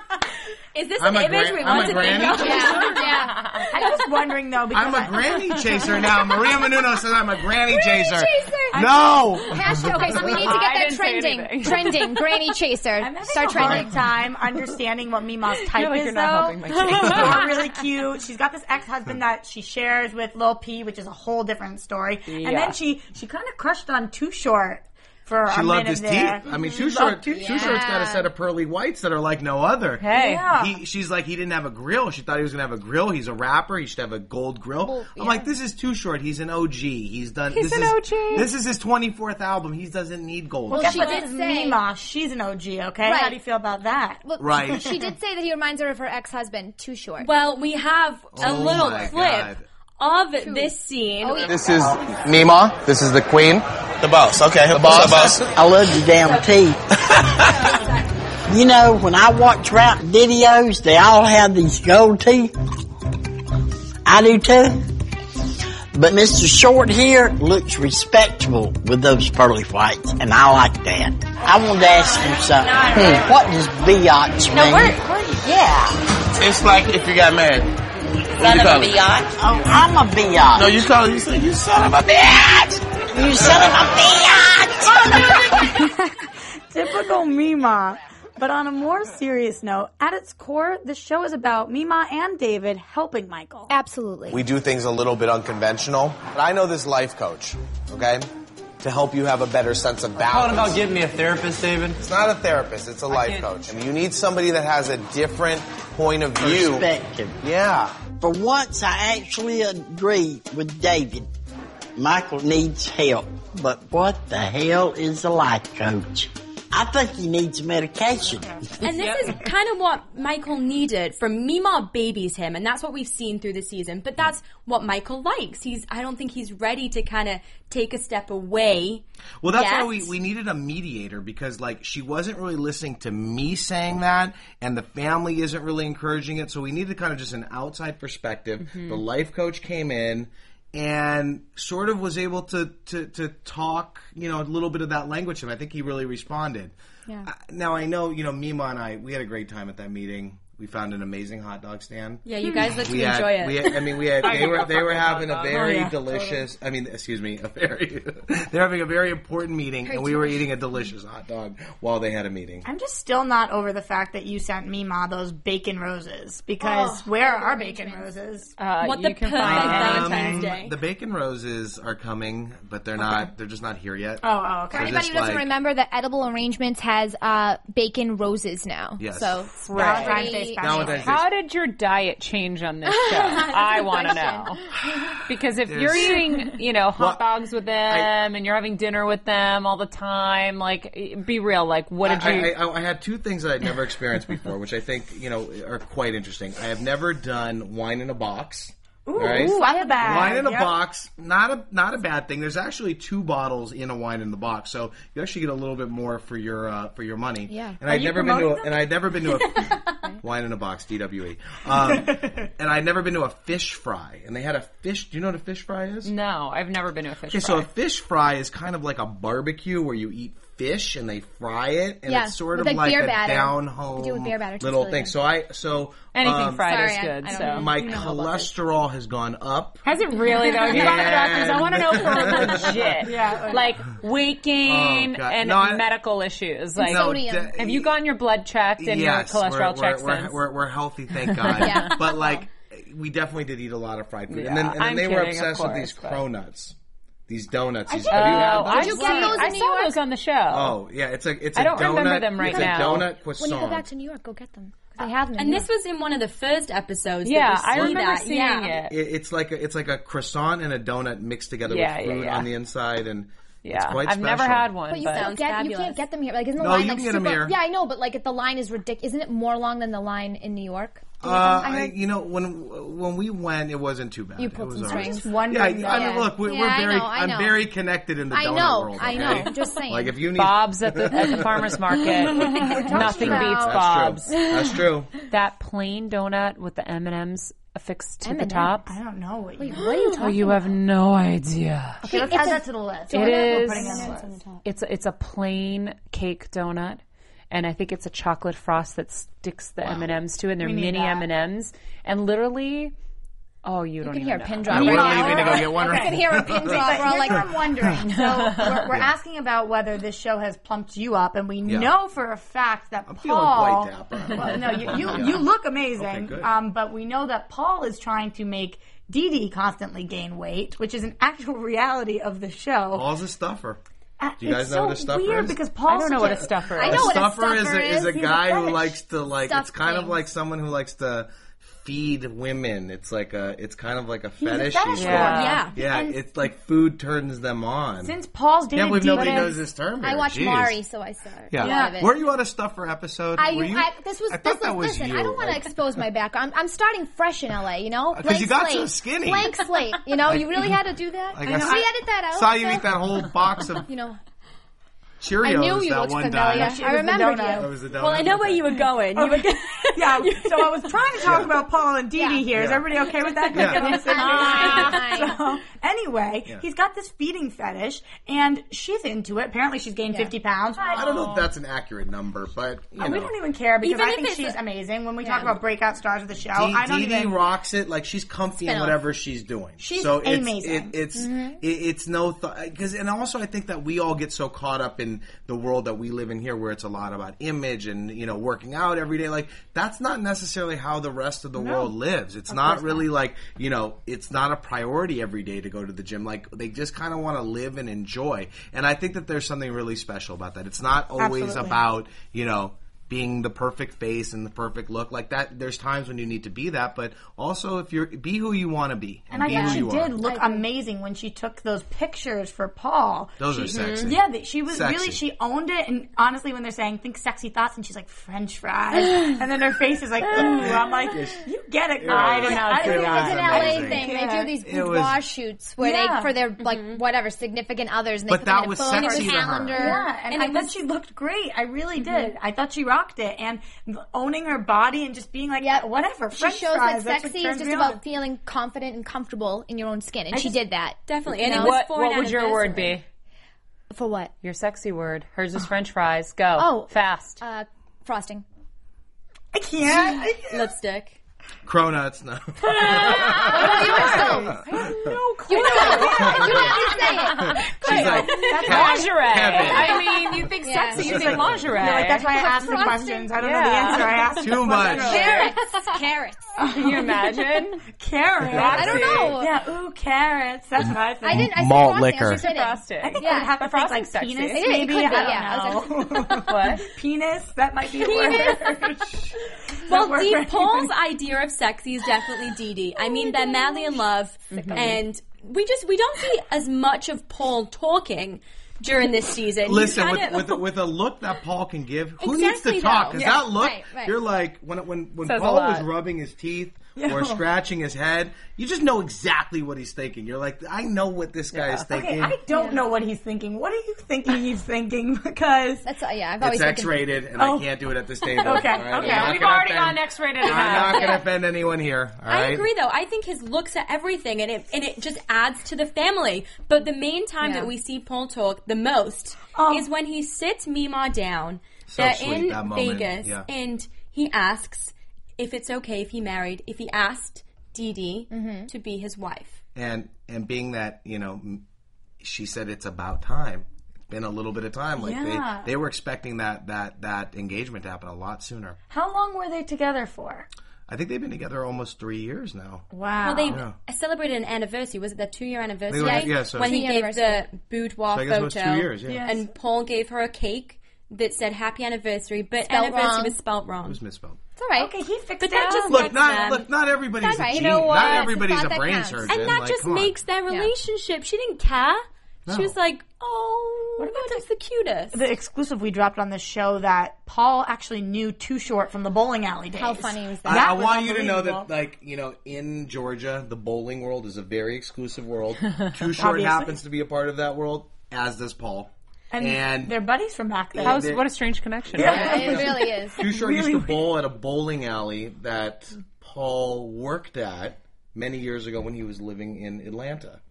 Speaker 2: Is this
Speaker 4: I'm
Speaker 2: an
Speaker 4: a
Speaker 2: image
Speaker 4: gran-
Speaker 2: we
Speaker 4: I'm
Speaker 2: want
Speaker 4: a
Speaker 2: to
Speaker 4: granny.
Speaker 2: think of?
Speaker 7: Yeah, yeah.
Speaker 6: I was wondering though because
Speaker 4: I'm a
Speaker 6: I-
Speaker 4: granny chaser now. Maria Menounos says I'm a granny chaser.
Speaker 7: chaser.
Speaker 4: No.
Speaker 7: Hashtag, okay, so we need to get
Speaker 3: I
Speaker 7: that
Speaker 3: didn't say
Speaker 7: trending.
Speaker 3: anything.
Speaker 7: Trending. Granny Chaser.
Speaker 6: I'm having
Speaker 7: Start
Speaker 6: a hard
Speaker 7: trending.
Speaker 6: time understanding what Mima's type
Speaker 3: like
Speaker 6: is
Speaker 3: you're
Speaker 6: though.
Speaker 3: not helping my case.
Speaker 6: Not really cute. She's got this ex-husband that she shares with Lil P, which is a whole different story. And
Speaker 3: Yeah.
Speaker 6: then she she kind of crushed on Too Short for
Speaker 4: She
Speaker 6: a
Speaker 4: loved
Speaker 6: minute
Speaker 4: his teeth.
Speaker 6: there.
Speaker 4: I mean, Too
Speaker 6: Loved
Speaker 4: Short,
Speaker 6: Too
Speaker 4: Too Short's got a set of pearly whites that are like no other.
Speaker 3: Hey.
Speaker 6: Yeah.
Speaker 4: He, she's like, he didn't have a grill. She thought he was going to have a grill. He's a rapper. He should have a gold grill. I'm like, this is too short. He's an OG. He's done. He's this
Speaker 3: an
Speaker 4: is,
Speaker 3: OG.
Speaker 4: This is his 24th album. He doesn't need gold.
Speaker 6: Guess
Speaker 7: she
Speaker 6: what?
Speaker 7: did
Speaker 6: This is
Speaker 7: say-
Speaker 6: Mima. She's an OG. Okay,
Speaker 7: Right.
Speaker 6: how do you feel about that?
Speaker 7: Well,
Speaker 4: Right.
Speaker 7: She did say that he reminds her of her ex-husband. Too short.
Speaker 2: Well, we have a
Speaker 4: Oh
Speaker 2: little
Speaker 4: my
Speaker 2: clip
Speaker 4: God.
Speaker 2: of this scene.
Speaker 7: Oh,
Speaker 5: This is Mima. This is the queen. The boss. Okay. The boss.
Speaker 8: I love your damn teeth. you know, when I watch rap videos, they all have these gold teeth. I do too. But Mr. Short here looks respectable with those pearly whites, and I like that. I want to ask you something. Hmm, what does biatch mean? yeah.
Speaker 5: It's like if you got married.
Speaker 8: Oh, I'm a biatch.
Speaker 5: you call it. You say you son of a bitch.
Speaker 8: you son of a biatch!
Speaker 6: Typical Mima. But on a more serious note, at its core, the show is about Mima and David helping Michael.
Speaker 7: Absolutely.
Speaker 5: We do things a little bit unconventional, but I know this life coach. Okay. To help you have a better sense of balance.
Speaker 9: Thought about getting me a therapist, David?
Speaker 5: It's not a therapist, it's a life coach. I mean, you need somebody that has a different point of view.
Speaker 8: Perspective.
Speaker 5: Yeah.
Speaker 8: For once, I actually agree with David. Michael needs help, but what the hell is a life coach? I think he needs medication.
Speaker 2: And this is kind of what Michael needed from Mima babies him, and that's what we've seen through the season. But that's what Michael likes. He's I don't think he's ready to kind of take a step away.
Speaker 4: Well, that's
Speaker 2: Yes.
Speaker 4: why we, we needed a mediator because, like, she wasn't really listening to me saying that, and the family isn't really encouraging it. So we needed kind of just an outside perspective. The life coach came in and sort of was able to, to, to talk, you know, a little bit of that language, and I think he really responded. Yeah. now, I know, you know, Mima and I, we had a great time at that meeting. We found an amazing hot dog stand.
Speaker 2: Yeah, you guys look to
Speaker 4: We had,
Speaker 2: enjoy it. Oh,
Speaker 4: we had- I mean, we had. They were they were having a very
Speaker 6: yeah.
Speaker 4: delicious. I mean, excuse me, a very. they're having a very important meeting, and we were eating a delicious hot dog while they had a meeting.
Speaker 6: I'm just still not over the fact that you sent Mima those bacon roses because
Speaker 7: Oh,
Speaker 6: where are bacon roses?
Speaker 3: Uh,
Speaker 2: what
Speaker 3: you
Speaker 2: the
Speaker 3: can
Speaker 2: perfect
Speaker 3: find it.
Speaker 2: Valentine's Day.
Speaker 4: Um, The bacon roses are coming, but they're not. They're just not here yet.
Speaker 6: oh, oh, okay.
Speaker 4: They're
Speaker 7: Anybody
Speaker 4: just
Speaker 7: who doesn't
Speaker 4: like-
Speaker 7: remember that Edible Arrangements has uh, bacon roses now.
Speaker 4: Yes.
Speaker 7: So
Speaker 6: Valentine's Day Yes,
Speaker 7: Now
Speaker 6: Batman.
Speaker 4: Nowadays,
Speaker 3: How did your diet change on this show? I want to know. Because if you're eating, you know, hot
Speaker 4: Well,
Speaker 3: dogs with them and you're having dinner with them all the time, like, eh, be real. Like, what did you?
Speaker 4: I, I, I, I had two things that I'd never experienced before, which I think you know are quite interesting. I have never done wine in a box. Ooh,
Speaker 6: Ooh, I have that.
Speaker 4: Wine in a box, not a not a bad thing. There's actually two bottles in a wine in the box, so you actually get a little bit more for your uh, for your money. Yeah, and I'd
Speaker 6: you
Speaker 4: never been to a,
Speaker 6: promoting
Speaker 4: and I'd never been to a wine in a box DWE, um, and I'd never been to a fish fry. And they had a fish. Do you know what a fish fry is?
Speaker 3: no, I've never been to a fish
Speaker 4: Okay,
Speaker 3: fry.
Speaker 4: so a fish fry is kind of like a barbecue where you eat fish and they fry it, and
Speaker 7: Yeah,
Speaker 4: it's sort
Speaker 7: with,
Speaker 4: of
Speaker 7: like,
Speaker 4: like
Speaker 7: beer
Speaker 4: a
Speaker 7: batter.
Speaker 4: down
Speaker 7: They do it
Speaker 4: home
Speaker 7: with beer batter, it's
Speaker 4: little
Speaker 7: really
Speaker 4: thing.
Speaker 7: good.
Speaker 4: So I so
Speaker 3: Anything
Speaker 4: um,
Speaker 3: fried
Speaker 7: sorry, I-
Speaker 3: is good.
Speaker 7: I don't
Speaker 3: so
Speaker 4: My
Speaker 7: know about this.
Speaker 4: cholesterol has gone up.
Speaker 3: has it really though? If you got
Speaker 4: Yeah.
Speaker 3: doctors, I want to know for legit.
Speaker 6: Yeah.
Speaker 3: like weight gain
Speaker 4: Oh, God.
Speaker 3: and
Speaker 4: No, I-
Speaker 3: medical issues. Like,
Speaker 7: sodium.
Speaker 4: de-
Speaker 3: have you gotten your blood checked and
Speaker 4: yes,
Speaker 3: your cholesterol
Speaker 4: we're,
Speaker 3: checked
Speaker 4: we're,
Speaker 3: since?
Speaker 4: We're, we're, we're healthy, thank God.
Speaker 7: Yeah.
Speaker 4: But like, we definitely did eat a lot of fried food, and then,
Speaker 3: Yeah,
Speaker 4: and
Speaker 3: I'm
Speaker 4: then they were
Speaker 3: kidding, of
Speaker 4: obsessed with these
Speaker 3: course, but-
Speaker 4: cronuts, these donuts. These,
Speaker 3: Oh,
Speaker 4: have you had
Speaker 3: I've
Speaker 4: those?
Speaker 7: you get
Speaker 3: seen-
Speaker 7: those in
Speaker 3: I
Speaker 7: New
Speaker 3: saw
Speaker 7: York?
Speaker 3: those on the show.
Speaker 4: Oh yeah, it's a it's a
Speaker 3: I don't
Speaker 4: donut.
Speaker 3: remember them right
Speaker 4: it's
Speaker 3: now.
Speaker 4: a donut croissant.
Speaker 7: When you go back to New York, go get them. 'Cause they have them.
Speaker 2: And this was in one of the first episodes. that
Speaker 3: yeah,
Speaker 2: we
Speaker 3: I
Speaker 2: see
Speaker 3: remember
Speaker 2: that.
Speaker 3: seeing
Speaker 2: yeah.
Speaker 3: it.
Speaker 4: It- it's like a, it's like a croissant and a donut mixed together
Speaker 3: Yeah,
Speaker 4: with
Speaker 3: yeah,
Speaker 4: food
Speaker 3: yeah.
Speaker 4: on the inside, and
Speaker 3: Yeah,
Speaker 4: it's quite
Speaker 3: I've never
Speaker 4: special.
Speaker 3: had one.
Speaker 7: But you,
Speaker 3: but-
Speaker 7: can't get, you
Speaker 2: fabulous.
Speaker 7: can't get them here. Like isn't the
Speaker 4: No,
Speaker 7: line
Speaker 4: you
Speaker 7: like
Speaker 4: can get 'em
Speaker 7: super-
Speaker 4: here.
Speaker 7: Yeah, I know, but like the line is ridiculous. Isn't it more long than the line in New York?
Speaker 4: Uh, I, you know, when when we went, it wasn't too bad.
Speaker 7: You
Speaker 4: It
Speaker 7: pulled
Speaker 4: was
Speaker 7: some
Speaker 4: all right.
Speaker 7: strings.
Speaker 6: One
Speaker 4: Yeah, I,
Speaker 6: big
Speaker 4: I mean,
Speaker 7: Yeah.
Speaker 4: look, we're,
Speaker 7: Yeah,
Speaker 4: we're
Speaker 7: I
Speaker 4: very,
Speaker 7: know, I
Speaker 4: am
Speaker 7: know.
Speaker 4: very connected in the
Speaker 7: I
Speaker 4: donut
Speaker 7: know,
Speaker 4: world.
Speaker 7: I
Speaker 4: okay?
Speaker 7: know, I'm just saying.
Speaker 4: Like if you need
Speaker 3: Bob's at the at the farmers market. Nothing
Speaker 7: about-
Speaker 3: beats
Speaker 4: That's
Speaker 3: Bob's.
Speaker 4: True. That's true.
Speaker 3: That plain donut with the M and M's affixed to the
Speaker 7: M&M?
Speaker 3: top.
Speaker 6: I don't know what you.
Speaker 7: what are you talking
Speaker 3: Oh, you have no idea.
Speaker 6: Okay, let's add that to the list.
Speaker 3: It is.
Speaker 6: putting it on the list.
Speaker 3: It's it's a plain cake donut, and I think it's a chocolate frost that sticks the M and M's to, it, and they're
Speaker 6: need
Speaker 3: mini M
Speaker 6: that.
Speaker 3: and M's, and literally, oh, you, don't
Speaker 7: can
Speaker 3: even
Speaker 7: hear a
Speaker 3: know.
Speaker 7: pin drop
Speaker 4: I
Speaker 7: right
Speaker 4: will
Speaker 7: now.
Speaker 4: leave me to go get one
Speaker 7: I
Speaker 4: right
Speaker 7: can hear a pin drop. We're all
Speaker 6: Here's
Speaker 7: like,
Speaker 6: what I'm wondering. So we're, we're asking about whether this show has plumped you up, and we know for a fact that
Speaker 4: feeling
Speaker 6: Paul.
Speaker 4: quite dapper.
Speaker 6: Well, no, you you, you look amazing,
Speaker 4: Okay, good.
Speaker 6: um, but we know that Paul is trying to make Dee Dee constantly gain weight, which is an actual reality of the show.
Speaker 4: Paul's a stuffer.
Speaker 6: Uh,
Speaker 4: do you guys
Speaker 6: it's
Speaker 4: know
Speaker 6: so
Speaker 4: what a stuffer
Speaker 6: weird
Speaker 4: is?
Speaker 6: because Paul.
Speaker 3: I don't know what a stuffer is.
Speaker 7: I know
Speaker 4: a
Speaker 7: what a
Speaker 4: stuffer is
Speaker 7: stuffer
Speaker 4: a, is a
Speaker 7: is. He's a
Speaker 4: guy who
Speaker 7: fetish.
Speaker 4: likes to like. It's
Speaker 7: Stuff
Speaker 4: kind of
Speaker 7: things.
Speaker 4: like someone who likes to feed women. It's like a. It's kind of like a
Speaker 6: He's a
Speaker 4: fetish.
Speaker 6: fetish
Speaker 4: he's
Speaker 6: for
Speaker 3: Yeah.
Speaker 6: him, yeah.
Speaker 4: Yeah,
Speaker 6: And
Speaker 4: it's like food turns them on.
Speaker 6: since Paul's
Speaker 4: yeah,
Speaker 6: dated
Speaker 4: but
Speaker 6: Dee
Speaker 4: nobody
Speaker 6: Dee-
Speaker 4: knows this term.
Speaker 7: I
Speaker 4: here.
Speaker 7: watched
Speaker 4: Jeez.
Speaker 7: Mari, so I saw it.
Speaker 4: Yeah.
Speaker 7: a lot of it.
Speaker 4: Were you on a stuffer episode?
Speaker 7: I,
Speaker 4: Were you?
Speaker 7: I, this was
Speaker 4: I
Speaker 7: this
Speaker 4: thought
Speaker 7: is
Speaker 4: that was
Speaker 7: listen.
Speaker 4: you.
Speaker 7: I don't want to expose my background. I'm, I'm starting fresh in LA, you know.
Speaker 4: Uh, 'Cause
Speaker 7: Blank
Speaker 4: you got so
Speaker 7: slate.
Speaker 4: skinny.
Speaker 7: Blank slate. You know, you really had to do that.
Speaker 4: Like,
Speaker 7: I
Speaker 4: I
Speaker 7: know.
Speaker 4: saw-
Speaker 7: we edit that out.
Speaker 4: Saw you
Speaker 7: so,
Speaker 4: eat that whole box of
Speaker 7: You know,
Speaker 4: Cheerios
Speaker 7: I
Speaker 6: Oh,
Speaker 7: knew you
Speaker 4: that
Speaker 7: looked
Speaker 4: one
Speaker 7: familiar.
Speaker 4: time.
Speaker 7: I remembered
Speaker 6: donut.
Speaker 4: That
Speaker 7: you.
Speaker 4: was a
Speaker 2: Well, I know where you were going. You were going
Speaker 6: yeah, so I was trying to talk about Paul and Dee Dee
Speaker 7: Yeah.
Speaker 6: here. Is
Speaker 4: Yeah.
Speaker 6: everybody okay with that?
Speaker 4: Yeah.
Speaker 6: Because I'm
Speaker 7: Fine, fine.
Speaker 6: so anyway, he's got this feeding fetish, and she's into it. Apparently, she's gained fifty pounds.
Speaker 4: I don't know if that's an accurate number, but
Speaker 7: Oh,
Speaker 4: you know.
Speaker 6: We don't even care because
Speaker 2: Even
Speaker 6: I
Speaker 2: if
Speaker 6: think
Speaker 2: it's
Speaker 6: she's
Speaker 2: a-
Speaker 6: amazing. When we talk about breakout stars of the show,
Speaker 4: Dee-
Speaker 6: I don't
Speaker 4: Dee Dee
Speaker 6: even.
Speaker 4: rocks it like she's comfy in
Speaker 7: Spin-off.
Speaker 4: whatever she's doing.
Speaker 6: She's
Speaker 4: so it's,
Speaker 6: amazing. Mm-hmm.
Speaker 4: It, it's it, it's no because and also I think that we all get so caught up in the world that we live in here, where it's a lot about image and you know working out every day. Like that's not necessarily how the rest of the world lives. It's not really like you know it's not a priority every day to go to the gym. Like they just kind of want to live and enjoy. And I think that there's something really special about that. It's not always
Speaker 6: Absolutely.
Speaker 4: about you know being the perfect face and the perfect look like that there's times when you need to be that but also if you're be who you want to be
Speaker 6: And I
Speaker 4: be
Speaker 6: think
Speaker 4: who
Speaker 6: she
Speaker 4: you
Speaker 6: did
Speaker 4: are.
Speaker 6: look amazing when she took those pictures for Paul.
Speaker 4: Those
Speaker 6: she, Mhm.
Speaker 4: are sexy.
Speaker 6: Yeah, that she was
Speaker 4: Sexy.
Speaker 6: really she owned it. And honestly, when they're saying think sexy thoughts, and she's like French fries, and then her face is like, ooh, I'm like, you get it, girl.
Speaker 4: I
Speaker 6: don't know.
Speaker 7: I think it's an LA
Speaker 4: amazing.
Speaker 7: thing. They
Speaker 6: Yeah.
Speaker 7: do these
Speaker 4: It
Speaker 7: boudoir
Speaker 4: was-
Speaker 7: shoots where
Speaker 6: Yeah. Mm-hmm.
Speaker 7: they for their like whatever significant others. And they
Speaker 4: But
Speaker 7: put
Speaker 4: that
Speaker 7: them
Speaker 4: was
Speaker 7: in a book or
Speaker 4: sexy to her.
Speaker 7: calendar.
Speaker 6: Yeah, and, I thought she looked great. I really
Speaker 7: Mm-hmm.
Speaker 6: did. I thought she rocked it, and owning her body and just being like,
Speaker 7: Yep.
Speaker 6: whatever.
Speaker 7: She
Speaker 6: French
Speaker 7: shows
Speaker 6: fries,
Speaker 7: that
Speaker 6: that's
Speaker 7: sexy
Speaker 6: what
Speaker 7: is
Speaker 6: turns
Speaker 7: just
Speaker 6: me
Speaker 7: about
Speaker 6: on.
Speaker 7: feeling confident and comfortable in your own skin, and she
Speaker 2: just-
Speaker 7: did that
Speaker 2: definitely. And
Speaker 7: You
Speaker 2: it
Speaker 7: know?
Speaker 2: was
Speaker 3: What,
Speaker 2: for
Speaker 3: what
Speaker 2: an
Speaker 3: would your word be?
Speaker 7: for what?
Speaker 3: Your sexy word. Hers is French fries. Go.
Speaker 7: Oh.
Speaker 3: fast.
Speaker 7: Uh, frosting.
Speaker 6: I can't. I can't.
Speaker 2: lipstick.
Speaker 4: cronuts no
Speaker 2: Oh,
Speaker 6: Oh,
Speaker 7: You know, you didn't say it.
Speaker 4: She's like, "Kev-
Speaker 3: lingerie.
Speaker 4: Kevin,
Speaker 3: I mean, you think
Speaker 7: Yeah.
Speaker 3: sexy, you think lingerie.
Speaker 6: Yeah, like, that's why I asked the questions. I don't know the answer. I asked
Speaker 4: too much.
Speaker 7: Carrots. Carrots.
Speaker 3: Can you imagine?
Speaker 6: carrots.
Speaker 7: I don't know.
Speaker 6: Yeah, ooh, carrots. That's what I
Speaker 7: Mm. I
Speaker 6: think.
Speaker 7: didn't. I said
Speaker 10: Malt
Speaker 7: frosting. I
Speaker 10: liquor.
Speaker 7: was just kidding.
Speaker 3: Frosting.
Speaker 6: I think
Speaker 7: Yeah.
Speaker 6: I would have to
Speaker 3: But
Speaker 6: think like
Speaker 3: frosting's sexy.
Speaker 6: penis,
Speaker 3: It
Speaker 7: is. It
Speaker 6: maybe.
Speaker 7: could be, yeah.
Speaker 6: I don't know.
Speaker 3: What?
Speaker 6: penis? That might be a word.
Speaker 2: Well,
Speaker 6: word
Speaker 2: Dee
Speaker 6: right
Speaker 2: Paul's idea of sexy is definitely Dee Dee.
Speaker 6: Oh
Speaker 2: I mean, they're madly in love, and we just we don't see as much of Paul talking during this season. He's
Speaker 4: Listen,
Speaker 2: kind
Speaker 4: with,
Speaker 2: of-
Speaker 4: with, a- with a look that Paul can give, who needs
Speaker 2: Exactly,
Speaker 4: to talk?
Speaker 2: though.
Speaker 4: Because
Speaker 2: Yeah.
Speaker 4: that look,
Speaker 7: Right, right.
Speaker 4: you're like, when when, when
Speaker 3: Says a
Speaker 4: Paul was
Speaker 3: lot.
Speaker 4: rubbing his teeth or scratching his head, you just know exactly what he's thinking. You're like, I know what this guy is
Speaker 6: Okay,
Speaker 4: thinking.
Speaker 6: I don't know what he's thinking. What are you thinking he's thinking? Because
Speaker 7: That's uh, yeah. I've
Speaker 4: it's
Speaker 7: always
Speaker 4: X rated, and
Speaker 6: Oh.
Speaker 4: I can't do it at this table.
Speaker 6: Okay,
Speaker 4: all right? I'm
Speaker 6: okay.
Speaker 4: not
Speaker 3: We've
Speaker 4: gonna
Speaker 3: already
Speaker 4: offend-
Speaker 3: gone X-rated
Speaker 4: I'm not
Speaker 3: enough.
Speaker 4: going to offend anyone here. All
Speaker 2: I
Speaker 4: right?
Speaker 2: agree, though. I think his looks at everything, and it and it just adds to the family. But the main time
Speaker 3: Yeah.
Speaker 2: that we see Paul talk the most
Speaker 6: Oh.
Speaker 2: is when he sits Mima down. They're
Speaker 4: sweet,
Speaker 2: in
Speaker 4: that moment.
Speaker 2: Vegas,
Speaker 4: Yeah.
Speaker 2: and he asks if it's okay if he married, if he asked Dee Dee
Speaker 6: Mm-hmm.
Speaker 2: to be his wife.
Speaker 4: and and being that you know m- she said it's about time it's been a little bit of time like
Speaker 6: Yeah.
Speaker 4: they they were expecting that that that engagement to happen a lot sooner
Speaker 6: how long were they together for?
Speaker 4: i think they've been together almost three years now
Speaker 6: Wow.
Speaker 2: Well, they celebrated an anniversary. Was it their two-year anniversary?
Speaker 4: They were- yeah, so-
Speaker 2: when he
Speaker 7: Two-year
Speaker 2: gave the boudoir
Speaker 4: So I guess
Speaker 2: photo.
Speaker 4: it was two years, yeah. Yes.
Speaker 2: And Paul gave her a cake that said "Happy Anniversary," but
Speaker 7: Spelt
Speaker 2: anniversary
Speaker 7: wrong.
Speaker 2: was spelt wrong.
Speaker 4: it's misspelled
Speaker 7: It's all right.
Speaker 6: okay, he fixed
Speaker 2: But
Speaker 6: it.
Speaker 2: that
Speaker 6: out.
Speaker 2: just-
Speaker 4: look
Speaker 2: That's
Speaker 4: not
Speaker 2: bad.
Speaker 4: look not everybody's
Speaker 7: That's
Speaker 4: a
Speaker 7: right.
Speaker 4: genius
Speaker 7: You know what?
Speaker 4: not
Speaker 7: It's a
Speaker 4: everybody's
Speaker 7: thought
Speaker 4: a
Speaker 7: that
Speaker 4: brain
Speaker 7: counts.
Speaker 4: surgeon
Speaker 2: and that
Speaker 4: like,
Speaker 2: just
Speaker 4: come on.
Speaker 2: makes their relationship. She didn't care. She
Speaker 4: No.
Speaker 2: was like, "Oh, what
Speaker 6: about
Speaker 2: about the cutest?"
Speaker 6: the exclusive we dropped on the show that Paul actually knew Too Short from the bowling alley days.
Speaker 7: How funny was that?
Speaker 4: I, I
Speaker 6: was
Speaker 4: want you to know
Speaker 6: unbelievable.
Speaker 4: that, like, you know, in Georgia, the bowling world is a very exclusive world. Too Short happens to be a part of that world, as does Paul.
Speaker 6: And,
Speaker 4: And-
Speaker 6: they're buddies from back then.
Speaker 3: That was- what a strange connection. right?
Speaker 7: It really is.
Speaker 4: Too Short used to bowl at a bowling alley that Paul worked at many years ago when he was living in Atlanta.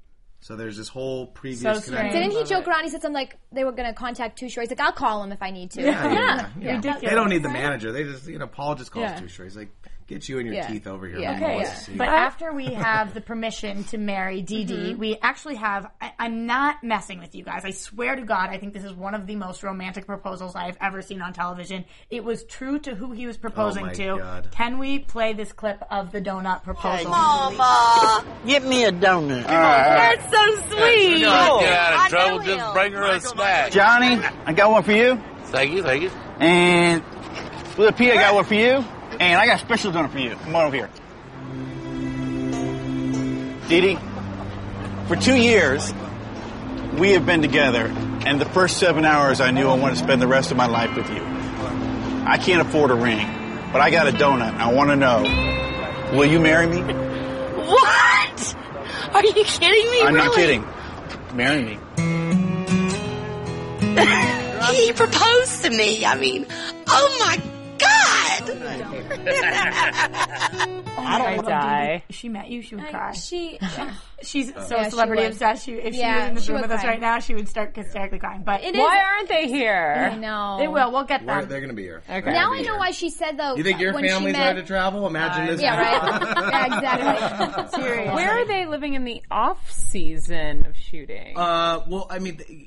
Speaker 4: So there's this whole previous
Speaker 6: So
Speaker 4: connection.
Speaker 6: strange.
Speaker 7: Didn't he joke around? He said something like they were going to contact Too Short. He's like, I'll call him if I need to.
Speaker 4: Yeah, yeah, yeah.
Speaker 6: Ridiculous.
Speaker 4: They don't need the manager. They just, you know, Paul just calls
Speaker 7: Yeah.
Speaker 4: Too Short. He's like, get you and your
Speaker 7: Yeah.
Speaker 4: teeth over here. No
Speaker 7: Yeah.
Speaker 4: one
Speaker 7: Okay,
Speaker 4: wants
Speaker 7: yeah.
Speaker 4: to see you.
Speaker 6: But after we have the permission to marry Dee
Speaker 11: Mm-hmm.
Speaker 6: Dee, we actually have. I, I'm not messing with you guys. I swear to God, I think this is one of the most romantic proposals I have ever seen on television. It was true to who he was proposing
Speaker 4: my
Speaker 6: to.
Speaker 4: God.
Speaker 6: Can we play this clip of the donut proposal?
Speaker 8: Mama, get me a donut.
Speaker 10: That's
Speaker 2: so sweet.
Speaker 9: Get out of trouble, just bring her a snack.
Speaker 10: Johnny, I got one for you.
Speaker 9: Thank you, thank you.
Speaker 10: And little P, I got one for you. And I got a special donut for you. Come on over here. Dee Dee, for two years, we have been together, and the first seven hours I knew I wanted to spend the rest of my life with you. I can't afford a ring, but I got a donut. I want to know, will you marry me?
Speaker 11: What? Are you kidding me?
Speaker 10: I'm
Speaker 11: really?
Speaker 10: not kidding. Marry me.
Speaker 11: He proposed to me. I mean, oh my God.
Speaker 6: I don't
Speaker 3: I
Speaker 6: love
Speaker 3: die.
Speaker 6: Dee Dee. If she met you, she would cry.
Speaker 2: She
Speaker 6: She's so
Speaker 7: uh, Yeah, she
Speaker 6: celebrity
Speaker 7: would.
Speaker 6: obsessed. She, if
Speaker 7: Yeah,
Speaker 6: she was in this
Speaker 7: she
Speaker 6: room
Speaker 7: would
Speaker 6: with us
Speaker 7: cry.
Speaker 6: right now, she would start hysterically crying. But
Speaker 2: it is.
Speaker 3: Why aren't they here?
Speaker 7: I know.
Speaker 6: They will. We'll get
Speaker 4: Where-
Speaker 6: them.
Speaker 4: they're going to be here.
Speaker 3: Okay.
Speaker 7: Now I
Speaker 4: Maybe.
Speaker 7: know why she said though. uh,
Speaker 4: You think your
Speaker 7: when she
Speaker 4: family's
Speaker 7: met-
Speaker 4: hard to travel? Imagine this.
Speaker 7: Yeah, right. yeah, exactly.
Speaker 6: Seriously.
Speaker 3: Where are they living in the off season of shooting?
Speaker 4: Uh, well, I mean, th-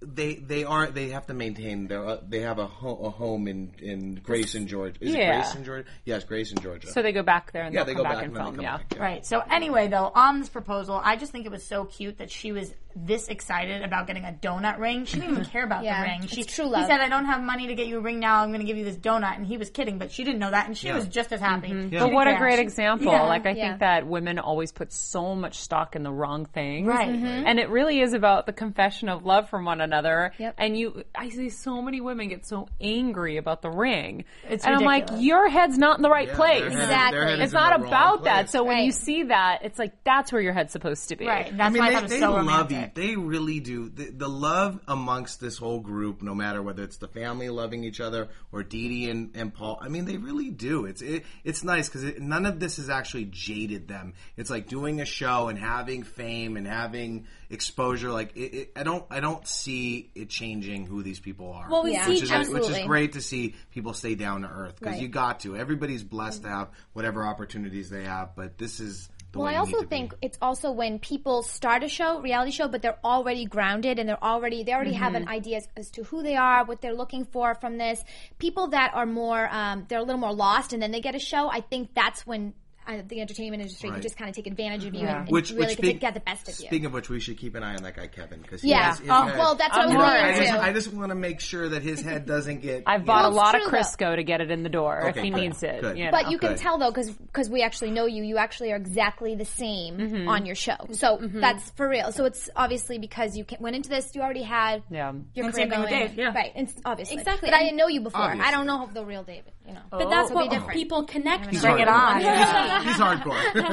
Speaker 4: they they are they have to maintain their uh, they have a, ho- a home in in Grayson, Georgia. Is
Speaker 3: Yeah.
Speaker 4: it Grayson, Georgia? Yes, Grayson, Georgia.
Speaker 3: so they go back there and
Speaker 4: yeah, they
Speaker 3: they'll
Speaker 4: go
Speaker 3: come back
Speaker 4: back,
Speaker 3: and
Speaker 4: and then they come
Speaker 3: film. Yeah.
Speaker 4: back, yeah.
Speaker 6: Right. So anyway, though, on this proposal, I just think it was so cute that she was this excited about getting a donut ring. She didn't even care about
Speaker 7: Yeah,
Speaker 6: the ring.
Speaker 7: it's
Speaker 6: She
Speaker 7: true love.
Speaker 6: He said, "I don't have money to get you a ring now. I'm going to give you this donut," and he was kidding, but she didn't know that, and she was just as happy.
Speaker 3: But what a great example.
Speaker 6: Yeah.
Speaker 3: like, I
Speaker 7: Mm-hmm. Yeah.
Speaker 3: think that women always put so much stock in the wrong things.
Speaker 6: Right.
Speaker 4: Mm-hmm.
Speaker 6: Mhm.
Speaker 3: And it really is about the confession of love from one another.
Speaker 7: Yep.
Speaker 3: And you, I see so many women get so angry about the ring.
Speaker 6: It's
Speaker 3: and I'm like,
Speaker 6: ridiculous.
Speaker 3: your head's not in the right
Speaker 4: Yeah,
Speaker 3: place.
Speaker 4: their head-
Speaker 7: Exactly.
Speaker 4: their head is
Speaker 3: It's
Speaker 4: in
Speaker 3: not
Speaker 4: the wrong
Speaker 3: about that.
Speaker 4: place.
Speaker 3: So when you
Speaker 7: Right.
Speaker 3: see that, it's like, that's where your head's supposed to be.
Speaker 6: Right. That's
Speaker 4: I mean,
Speaker 6: why
Speaker 4: they,
Speaker 6: I thought it was
Speaker 4: they
Speaker 6: so
Speaker 4: love
Speaker 6: romantic.
Speaker 4: you. They really do. The, the love amongst this whole group, no matter whether it's the family loving each other or Dee Dee and, and Paul, I mean, they really do. It's it, it's nice because it, none of this has actually jaded them. It's like doing a show and having fame and having exposure. Like it, it, I don't I don't see it changing who these people are.
Speaker 2: Well, we
Speaker 7: Yeah.
Speaker 2: see
Speaker 4: which is, which
Speaker 7: absolutely.
Speaker 4: is great to see people stay down to earth because
Speaker 7: Right.
Speaker 4: you got to. Everybody's blessed to have whatever opportunities they have, but this is the
Speaker 7: well,
Speaker 4: way
Speaker 7: I
Speaker 4: you
Speaker 7: also
Speaker 4: need to be.
Speaker 7: think it's also when people start a show, reality show, but they're already grounded and they're already they already have
Speaker 4: Mm-hmm.
Speaker 7: an idea as, as to who they are, what they're looking for from this. People that are more um, they're a little more lost, and then they get a show. I think that's when uh, the entertainment industry
Speaker 4: Right.
Speaker 7: can just kind of take advantage of you and, and
Speaker 4: Which,
Speaker 7: really
Speaker 4: which
Speaker 7: can take-
Speaker 4: speak-
Speaker 7: get the best of you.
Speaker 4: Speaking of which, we should keep an eye on that guy Kevin because
Speaker 7: Yeah.
Speaker 4: Has,
Speaker 7: Oh, well, that's what I was
Speaker 4: You know,
Speaker 7: wondering,
Speaker 4: I just,
Speaker 7: too.
Speaker 4: I just want to make sure that his head doesn't get.
Speaker 3: I've
Speaker 4: you
Speaker 3: bought
Speaker 4: know,
Speaker 3: a lot of
Speaker 7: it's true,
Speaker 3: Crisco to get it in the door
Speaker 4: Okay,
Speaker 3: if he
Speaker 4: good,
Speaker 3: needs it.
Speaker 4: good.
Speaker 3: you
Speaker 7: But
Speaker 3: know.
Speaker 7: you can
Speaker 4: Okay.
Speaker 7: tell though, because we actually know you, you actually are exactly the same
Speaker 4: Mm-hmm.
Speaker 7: on your show. So that's for real. So it's obviously because you ca- went into this, you already had
Speaker 3: Yeah.
Speaker 7: your career
Speaker 6: And same thing
Speaker 7: going,
Speaker 6: with Dave, yeah.
Speaker 7: right? And s- obviously,
Speaker 2: Exactly.
Speaker 7: But I didn't know you before. I
Speaker 4: Obviously.
Speaker 7: don't know the real David. You know,
Speaker 2: But that's
Speaker 7: This would
Speaker 2: what
Speaker 7: be different.
Speaker 2: people connect
Speaker 4: he's
Speaker 2: with.
Speaker 6: Bring it on.
Speaker 4: hardcore. He's hardcore.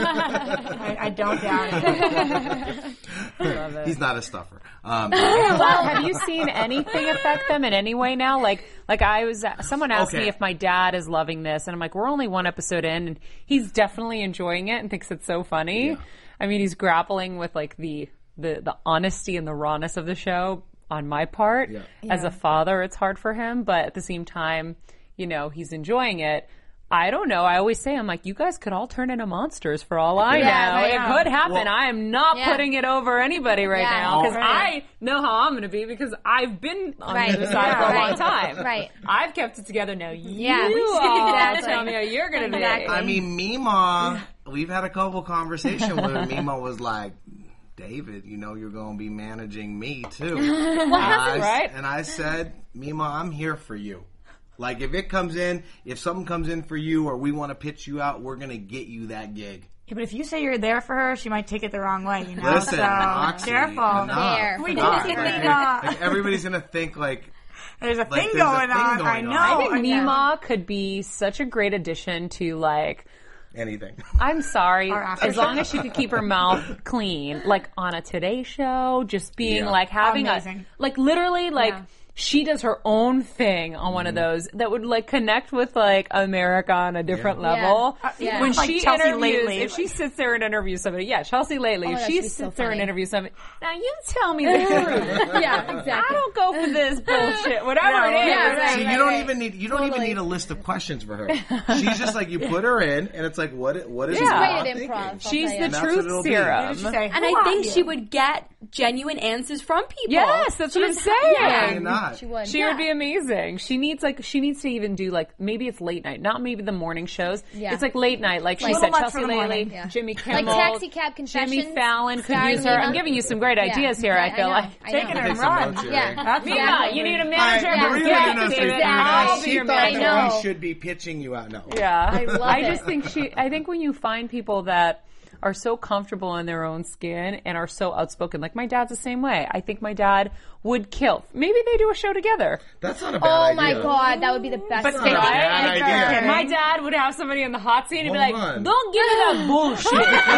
Speaker 6: I, I don't doubt it.
Speaker 4: He's not a stuffer. Um,
Speaker 3: well, have you seen anything affect them in any way now? Like, like I was, someone asked
Speaker 4: Okay.
Speaker 3: me if my dad is loving this, and I'm like, we're only one episode in, and he's definitely enjoying it and thinks it's so funny. I mean, he's grappling with like the the the honesty and the rawness of the show on my part. As a father, it's hard for him, but at the same time, you know, he's enjoying it. I don't know. I always say, I'm like, you guys could all turn into monsters for all I
Speaker 7: Yeah,
Speaker 3: know.
Speaker 7: right.
Speaker 3: it could happen.
Speaker 4: Well-
Speaker 3: I am not
Speaker 7: Yeah.
Speaker 3: putting it over anybody right
Speaker 7: Yeah.
Speaker 3: now because
Speaker 7: Right.
Speaker 3: I know how I'm going to be because I've been on
Speaker 7: Right.
Speaker 3: the other side for a
Speaker 7: Yeah.
Speaker 3: long time.
Speaker 7: Right.
Speaker 3: I've kept it together now.
Speaker 7: Yeah.
Speaker 3: You all
Speaker 7: Exactly.
Speaker 3: tell me how you're going to
Speaker 7: Exactly.
Speaker 4: I mean, Mima, we've had a couple conversations where Mima was like, David, you know you're going to be managing me too. And I-
Speaker 3: right?
Speaker 4: And I said, Mima, I'm here for you. Like, if it comes in, if something comes in for you or we want to pitch you out, we're going to get you that gig.
Speaker 6: Yeah, but if you say you're there for her, she might take it the wrong way. You know,
Speaker 4: Listen,
Speaker 6: so
Speaker 4: Oxy,
Speaker 6: careful.
Speaker 4: enough.
Speaker 7: There.
Speaker 6: We
Speaker 4: God,
Speaker 6: did
Speaker 4: like,
Speaker 6: it.
Speaker 3: uh,
Speaker 4: like, like, everybody's going to think, like,
Speaker 6: There's a
Speaker 4: Like,
Speaker 6: thing
Speaker 4: there's a
Speaker 6: going
Speaker 4: thing
Speaker 6: on.
Speaker 4: going
Speaker 6: I
Speaker 4: on.
Speaker 6: know.
Speaker 4: I
Speaker 3: I think
Speaker 6: know.
Speaker 3: Mima could be such a great addition to like.
Speaker 4: anything.
Speaker 3: I'm sorry.
Speaker 6: Our after
Speaker 3: As long as she could keep her mouth clean, like on a Today Show, just being
Speaker 4: Yeah.
Speaker 3: like having
Speaker 6: Amazing.
Speaker 3: a like literally like. She does her own thing on one of
Speaker 4: Mm-hmm.
Speaker 3: those that would like connect with like America on a different
Speaker 7: Yeah.
Speaker 3: level.
Speaker 7: Uh, yeah.
Speaker 3: When
Speaker 6: Like
Speaker 3: she
Speaker 6: Chelsea
Speaker 3: interviews,
Speaker 6: Lately.
Speaker 3: if she sits there and interviews somebody, yeah, Chelsea Lately.
Speaker 7: my
Speaker 3: if
Speaker 7: gosh,
Speaker 3: she
Speaker 7: she's
Speaker 3: sits
Speaker 7: so
Speaker 3: there and
Speaker 7: funny.
Speaker 3: interviews somebody, now you tell me the truth.
Speaker 7: yeah,
Speaker 3: I
Speaker 7: exactly.
Speaker 3: don't go for this bullshit, whatever
Speaker 7: No,
Speaker 3: it is.
Speaker 7: yeah, right.
Speaker 4: See, you don't
Speaker 7: right.
Speaker 4: even need you don't even
Speaker 7: Totally.
Speaker 4: need a list of questions for her. She's just like you put her in, and it's like what what is
Speaker 3: She's
Speaker 4: Mima
Speaker 3: great at
Speaker 4: thinking?
Speaker 7: improv.
Speaker 3: She's
Speaker 7: And
Speaker 3: the
Speaker 4: that's what it'll
Speaker 3: truth
Speaker 4: be.
Speaker 3: serum.
Speaker 6: She say,
Speaker 2: And
Speaker 6: "Who
Speaker 2: I
Speaker 6: are
Speaker 2: think
Speaker 6: you?"
Speaker 2: she would get genuine answers from people.
Speaker 3: Yes, that's
Speaker 2: She
Speaker 3: what I'm
Speaker 2: was-
Speaker 3: saying.
Speaker 4: Why not?
Speaker 7: She would.
Speaker 3: She would be amazing. She needs like she needs to even do like maybe it's late night, not maybe the morning shows.
Speaker 7: Yeah.
Speaker 3: It's like late night, like she
Speaker 6: Little
Speaker 3: said,
Speaker 6: much
Speaker 3: Chelsea
Speaker 6: for the
Speaker 3: Lately,
Speaker 6: morning.
Speaker 7: Yeah.
Speaker 3: Jimmy
Speaker 7: Like
Speaker 3: Kimmel,
Speaker 7: Taxi Cab Confessions,
Speaker 3: Jimmy Fallon could
Speaker 7: starring
Speaker 3: use her. I'm
Speaker 7: Mima.
Speaker 3: giving you some great
Speaker 7: Yeah.
Speaker 3: ideas here. I feel
Speaker 7: know,
Speaker 3: like
Speaker 7: I
Speaker 3: take
Speaker 7: know.
Speaker 6: Take
Speaker 3: it.
Speaker 4: Take
Speaker 6: and
Speaker 4: some
Speaker 6: run.
Speaker 4: notes,
Speaker 7: Yeah.
Speaker 4: Jay.
Speaker 6: That's
Speaker 3: Mima,
Speaker 6: exactly.
Speaker 3: you need a
Speaker 4: All right,
Speaker 3: manager.
Speaker 7: Yeah.
Speaker 4: Maria Menounos
Speaker 3: Yes, David,
Speaker 4: is doing
Speaker 7: I'll
Speaker 4: that.
Speaker 3: be
Speaker 4: She
Speaker 3: your
Speaker 4: thought that
Speaker 3: manager.
Speaker 7: I know.
Speaker 4: we should be pitching you out. No,
Speaker 3: Yeah.
Speaker 7: I love
Speaker 3: I just
Speaker 7: it.
Speaker 3: think she I think when you find people that are so comfortable in their own skin and are so outspoken. Like my dad's the same way. I think my dad would kill. Maybe they do a show together.
Speaker 4: that's not a bad
Speaker 7: Oh
Speaker 4: idea.
Speaker 7: my god, that would be the best.
Speaker 3: But
Speaker 7: one.
Speaker 3: they-
Speaker 4: Not a
Speaker 3: Right?
Speaker 4: bad idea.
Speaker 6: Okay.
Speaker 3: My dad would have somebody in the hot seat and be like,
Speaker 4: Hold on.
Speaker 3: "Don't give me that bullshit," okay?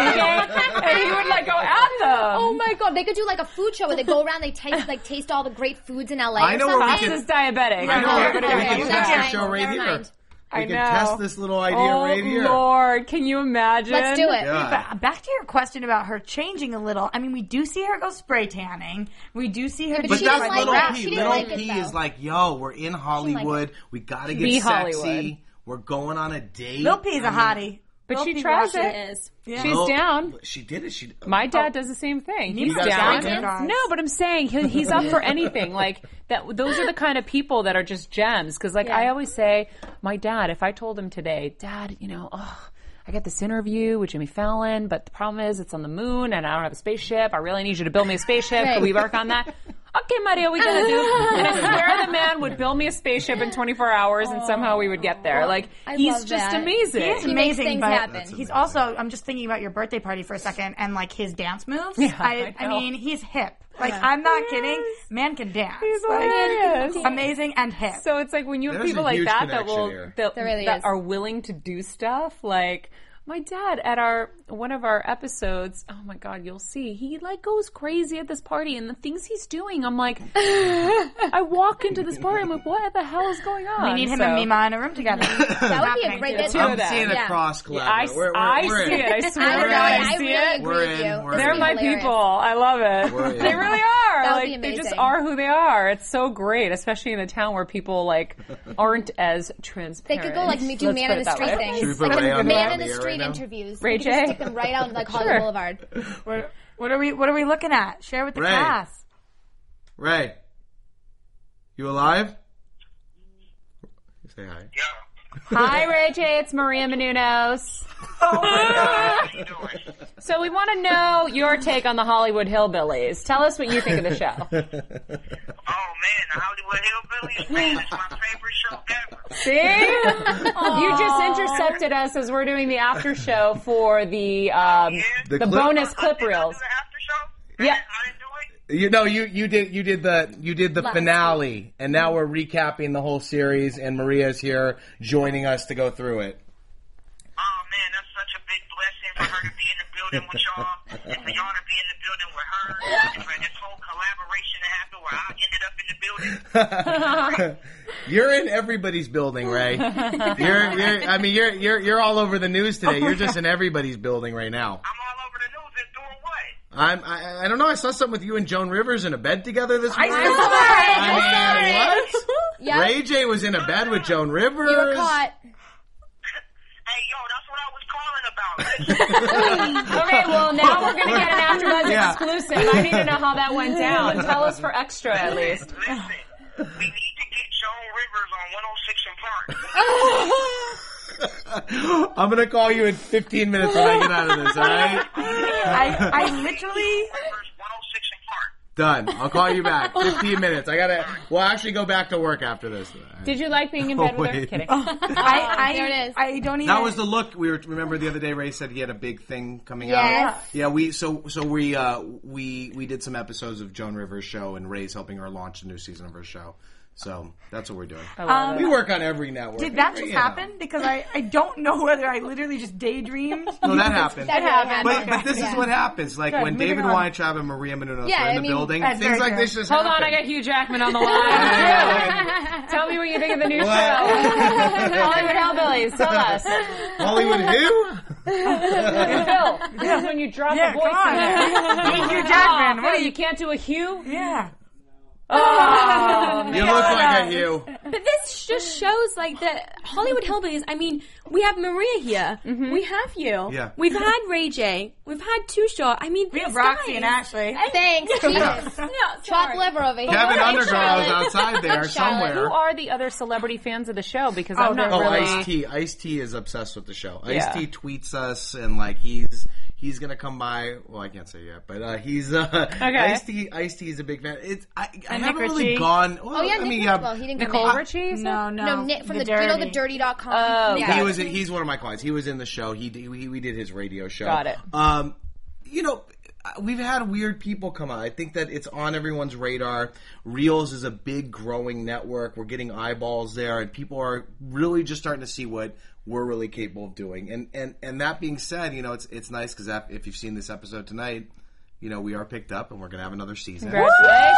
Speaker 3: and he would like go at them.
Speaker 7: Oh my god, they could do like a food show where they go around, they taste like taste all the great foods in LA.
Speaker 4: I
Speaker 7: or
Speaker 4: know where we
Speaker 7: something.
Speaker 3: This
Speaker 4: can-
Speaker 3: is diabetic.
Speaker 4: I know.
Speaker 3: Everybody
Speaker 4: we
Speaker 3: would
Speaker 4: can
Speaker 3: do
Speaker 7: okay,
Speaker 4: test
Speaker 7: never
Speaker 4: this show
Speaker 7: mind,
Speaker 4: right
Speaker 7: never
Speaker 4: here.
Speaker 7: mind.
Speaker 4: We
Speaker 3: I
Speaker 4: can
Speaker 3: know.
Speaker 4: test this little idea
Speaker 3: oh
Speaker 4: right here.
Speaker 3: Lord, can you imagine?
Speaker 7: Let's do it.
Speaker 4: Yeah.
Speaker 6: But back to your question about her changing a little. I mean, we do see her go spray tanning. We do see her.
Speaker 7: but
Speaker 6: do
Speaker 4: But
Speaker 7: she
Speaker 6: that
Speaker 7: didn't
Speaker 4: that's
Speaker 7: like
Speaker 4: little
Speaker 7: that. She
Speaker 4: P.
Speaker 7: didn't
Speaker 4: Little
Speaker 7: like it,
Speaker 4: P
Speaker 7: though.
Speaker 4: is like, yo, we're in Hollywood. We got to get
Speaker 3: Be
Speaker 4: sexy.
Speaker 3: Hollywood.
Speaker 4: We're going on a date.
Speaker 6: Lil P is a hottie.
Speaker 3: But
Speaker 6: Lil
Speaker 3: she
Speaker 6: P
Speaker 3: tries
Speaker 6: rocks
Speaker 3: it.
Speaker 2: Is.
Speaker 6: Yeah.
Speaker 3: She's
Speaker 4: Lil-
Speaker 3: down.
Speaker 4: She did it. She. oh.
Speaker 6: Oh.
Speaker 3: My dad does the same thing. He's
Speaker 4: guys
Speaker 3: down.
Speaker 4: like him?
Speaker 3: No, but I'm saying he, he's up for anything. Like that. Those are the kind of people that are just gems. Because like I always say, my dad. If I told him today, Dad, you know, oh, I got this interview with Jimmy Fallon, but the problem is it's on the moon and I don't have a spaceship. I really need you to build me a spaceship. Can we work on that? Okay, Maria, we gotta do. And I swear the man would build me a spaceship in 24 hours, and somehow we would get there. Like
Speaker 7: Oh, I
Speaker 3: he's
Speaker 7: love
Speaker 3: just
Speaker 7: that.
Speaker 3: amazing.
Speaker 6: He is
Speaker 7: He makes
Speaker 6: amazing,
Speaker 7: things
Speaker 6: but
Speaker 7: happen. That's
Speaker 6: he's also. I'm just thinking about your birthday party for a second and like his dance moves.
Speaker 3: Yeah,
Speaker 6: I,
Speaker 3: I
Speaker 6: I,
Speaker 3: know.
Speaker 6: mean, he's hip. Like I'm not kidding. Man can dance.
Speaker 3: He's
Speaker 6: Like,
Speaker 3: hilarious.
Speaker 6: amazing and hip.
Speaker 3: So it's like when you have
Speaker 4: There's a
Speaker 3: people like
Speaker 4: huge
Speaker 3: that that
Speaker 4: connection
Speaker 3: will
Speaker 4: here.
Speaker 3: that,
Speaker 7: There really
Speaker 3: that
Speaker 7: is.
Speaker 3: are willing to do stuff like my dad at our one of our episodes oh my god you'll see he like goes crazy at this party and the things he's doing i'm like i walk into this party i'm like what the hell is going on
Speaker 6: we need him
Speaker 3: So-
Speaker 6: and Mima in a room together.
Speaker 7: That would be a great. That's
Speaker 3: Two
Speaker 4: I'm
Speaker 3: of them.
Speaker 4: seeing
Speaker 7: Yeah.
Speaker 4: a cross collab.
Speaker 3: i,
Speaker 4: we're, we're,
Speaker 3: I
Speaker 4: we're
Speaker 3: see
Speaker 4: in.
Speaker 3: it i swear
Speaker 7: I
Speaker 3: to
Speaker 7: really,
Speaker 3: God, i
Speaker 7: I
Speaker 3: see
Speaker 7: really
Speaker 3: it
Speaker 7: agree
Speaker 4: We're
Speaker 7: with
Speaker 4: in,
Speaker 7: you.
Speaker 4: we're
Speaker 7: This
Speaker 3: they're
Speaker 7: would
Speaker 4: in.
Speaker 7: be
Speaker 3: my
Speaker 7: hilarious.
Speaker 3: people i love it
Speaker 4: We're in.
Speaker 3: they really are
Speaker 7: would
Speaker 3: like
Speaker 7: be
Speaker 3: they just
Speaker 7: amazing.
Speaker 3: are who they are. It's so great, especially in a town where people like aren't as
Speaker 7: They
Speaker 3: transparent.
Speaker 7: could go like do
Speaker 3: Let's
Speaker 7: man
Speaker 3: put
Speaker 7: in
Speaker 3: it
Speaker 7: the
Speaker 3: that
Speaker 7: street
Speaker 3: way.
Speaker 7: things,
Speaker 3: Should we put
Speaker 7: like
Speaker 3: Ray on the-
Speaker 7: man
Speaker 3: on
Speaker 7: in the
Speaker 3: the air
Speaker 7: street
Speaker 3: right now?
Speaker 7: interviews.
Speaker 3: Ray
Speaker 7: You could just
Speaker 3: J?
Speaker 7: stick them right out like Hollywood
Speaker 3: Sure.
Speaker 7: Boulevard.
Speaker 6: We're, what are we? What are we looking at? Share with the
Speaker 4: Ray.
Speaker 6: class.
Speaker 4: Ray, you alive? Say hi.
Speaker 3: Hi, Ray J. It's Maria Menounos. so we want to know your take on the Hollywood Hillbillies. Tell us what you think of the show. See? you just intercepted us as we're doing the after show for the um,
Speaker 4: The
Speaker 3: the,
Speaker 4: clip-
Speaker 3: bonus clip reels. Yeah.
Speaker 4: You know, you you did you did the you did the
Speaker 3: Last
Speaker 4: finale, and now we're recapping the whole series, and Maria's here joining us to go through it. You're in everybody's building, Ray. You're, you're I mean, you're you're you're all over the news today. You're just in everybody's building right now. I'm all over the news and doing what? I'm I, I don't know. I saw something with you and Joan Rivers in a bed together this morning. I mean, what?
Speaker 7: Yeah,
Speaker 4: Ray J was in a bed with Joan Rivers.
Speaker 7: you were caught.
Speaker 3: Okay, well now we're gonna get an AfterBuzz
Speaker 4: Yeah.
Speaker 3: exclusive. I need to know how that went down. Tell us for extra at least.
Speaker 4: I'm gonna call you in 15 minutes when I get out of this. All right,
Speaker 6: I, I literally.
Speaker 4: done. I'll call you back. 15 minutes. I gotta. We'll actually go back to work after this.
Speaker 3: Did you like being in bed with her?
Speaker 4: Wait. Oh.
Speaker 3: Kidding.
Speaker 6: I, I,
Speaker 7: there it is.
Speaker 6: I don't even.
Speaker 4: That was the look we were. Remember the other day, Ray said he had a big thing coming
Speaker 7: Yes.
Speaker 4: out. Yeah, we so so we uh we we did some episodes of Joan Rivers' show, and Ray's helping her launch the new season of her show. So that's what we're doing.
Speaker 6: Um,
Speaker 4: we work on every network.
Speaker 6: Did that
Speaker 4: You
Speaker 6: just
Speaker 4: know.
Speaker 6: happen? Because I, I don't know whether I literally just daydreamed.
Speaker 4: No, that happened.
Speaker 7: That happened.
Speaker 4: But, but this is what happens. Like when
Speaker 6: moving
Speaker 4: David
Speaker 6: on.
Speaker 4: Weintraub and Maria Menounos
Speaker 7: Yeah,
Speaker 4: were in
Speaker 7: I
Speaker 4: the
Speaker 7: mean,
Speaker 4: building,
Speaker 6: that's
Speaker 4: things
Speaker 6: very
Speaker 4: like
Speaker 6: true.
Speaker 4: this just
Speaker 3: Hold on,
Speaker 4: happen.
Speaker 3: I got Hugh Jackman on the line. Tell me what you think of the new show. Hollywood Hellbillies, tell us.
Speaker 4: Hollywood who?
Speaker 3: Phil, this is when you drop
Speaker 6: Yeah, come
Speaker 3: the voice in there.
Speaker 6: on. Thank you, Jackman. What
Speaker 3: Phil,
Speaker 6: are
Speaker 3: you
Speaker 6: you?
Speaker 3: can't do a Hugh? Oh.
Speaker 6: Yeah.
Speaker 7: Oh.
Speaker 4: You look like a Hugh.
Speaker 2: Oh, But this just shows like that Hollywood hillbillies. I mean, we have Maria here, we have you,
Speaker 4: Yeah.
Speaker 2: we've had Ray J, we've had Two Short. I mean,
Speaker 6: We have Roxy and Ashley.
Speaker 7: Thanks, Jesus.
Speaker 2: No,
Speaker 7: Chop
Speaker 2: sorry.
Speaker 7: liver over here.
Speaker 4: Kevin Underground is
Speaker 7: Charlotte.
Speaker 4: outside there
Speaker 3: Who
Speaker 4: somewhere.
Speaker 3: are the other celebrity fans of the show? Because I'm not
Speaker 4: Oh,
Speaker 3: really.
Speaker 4: Ice T. Ice T is obsessed with the show. Ice
Speaker 3: Yeah.
Speaker 4: T tweets us and like he's he's gonna come by. Well, I can't say yet, but uh, he's uh, Ice T. Ice T is a big fan. It's I, I haven't really
Speaker 6: Ritchie.
Speaker 4: gone. Well,
Speaker 7: Oh yeah,
Speaker 4: I
Speaker 7: Nick
Speaker 4: mean,
Speaker 7: Nicole.
Speaker 4: yeah,
Speaker 7: well, he didn't
Speaker 3: Nicole
Speaker 7: come in.
Speaker 3: Richie? is
Speaker 6: No,
Speaker 3: it?
Speaker 6: no.
Speaker 7: No, Nick from the, you know the dirty.com.
Speaker 3: Oh,
Speaker 7: yeah.
Speaker 4: he was he's one of my clients. He was in the show. He did, we, we did his radio show.
Speaker 3: Got it.
Speaker 4: Um, you know, we've had weird people come out. I think that it's on everyone's radar. Reels is a big growing network. We're getting eyeballs there, and people are really just starting to see what we're really capable of doing. And and and that being said, you know, it's it's nice because if you've seen this episode tonight. You know, we are picked up and we're going to have another season.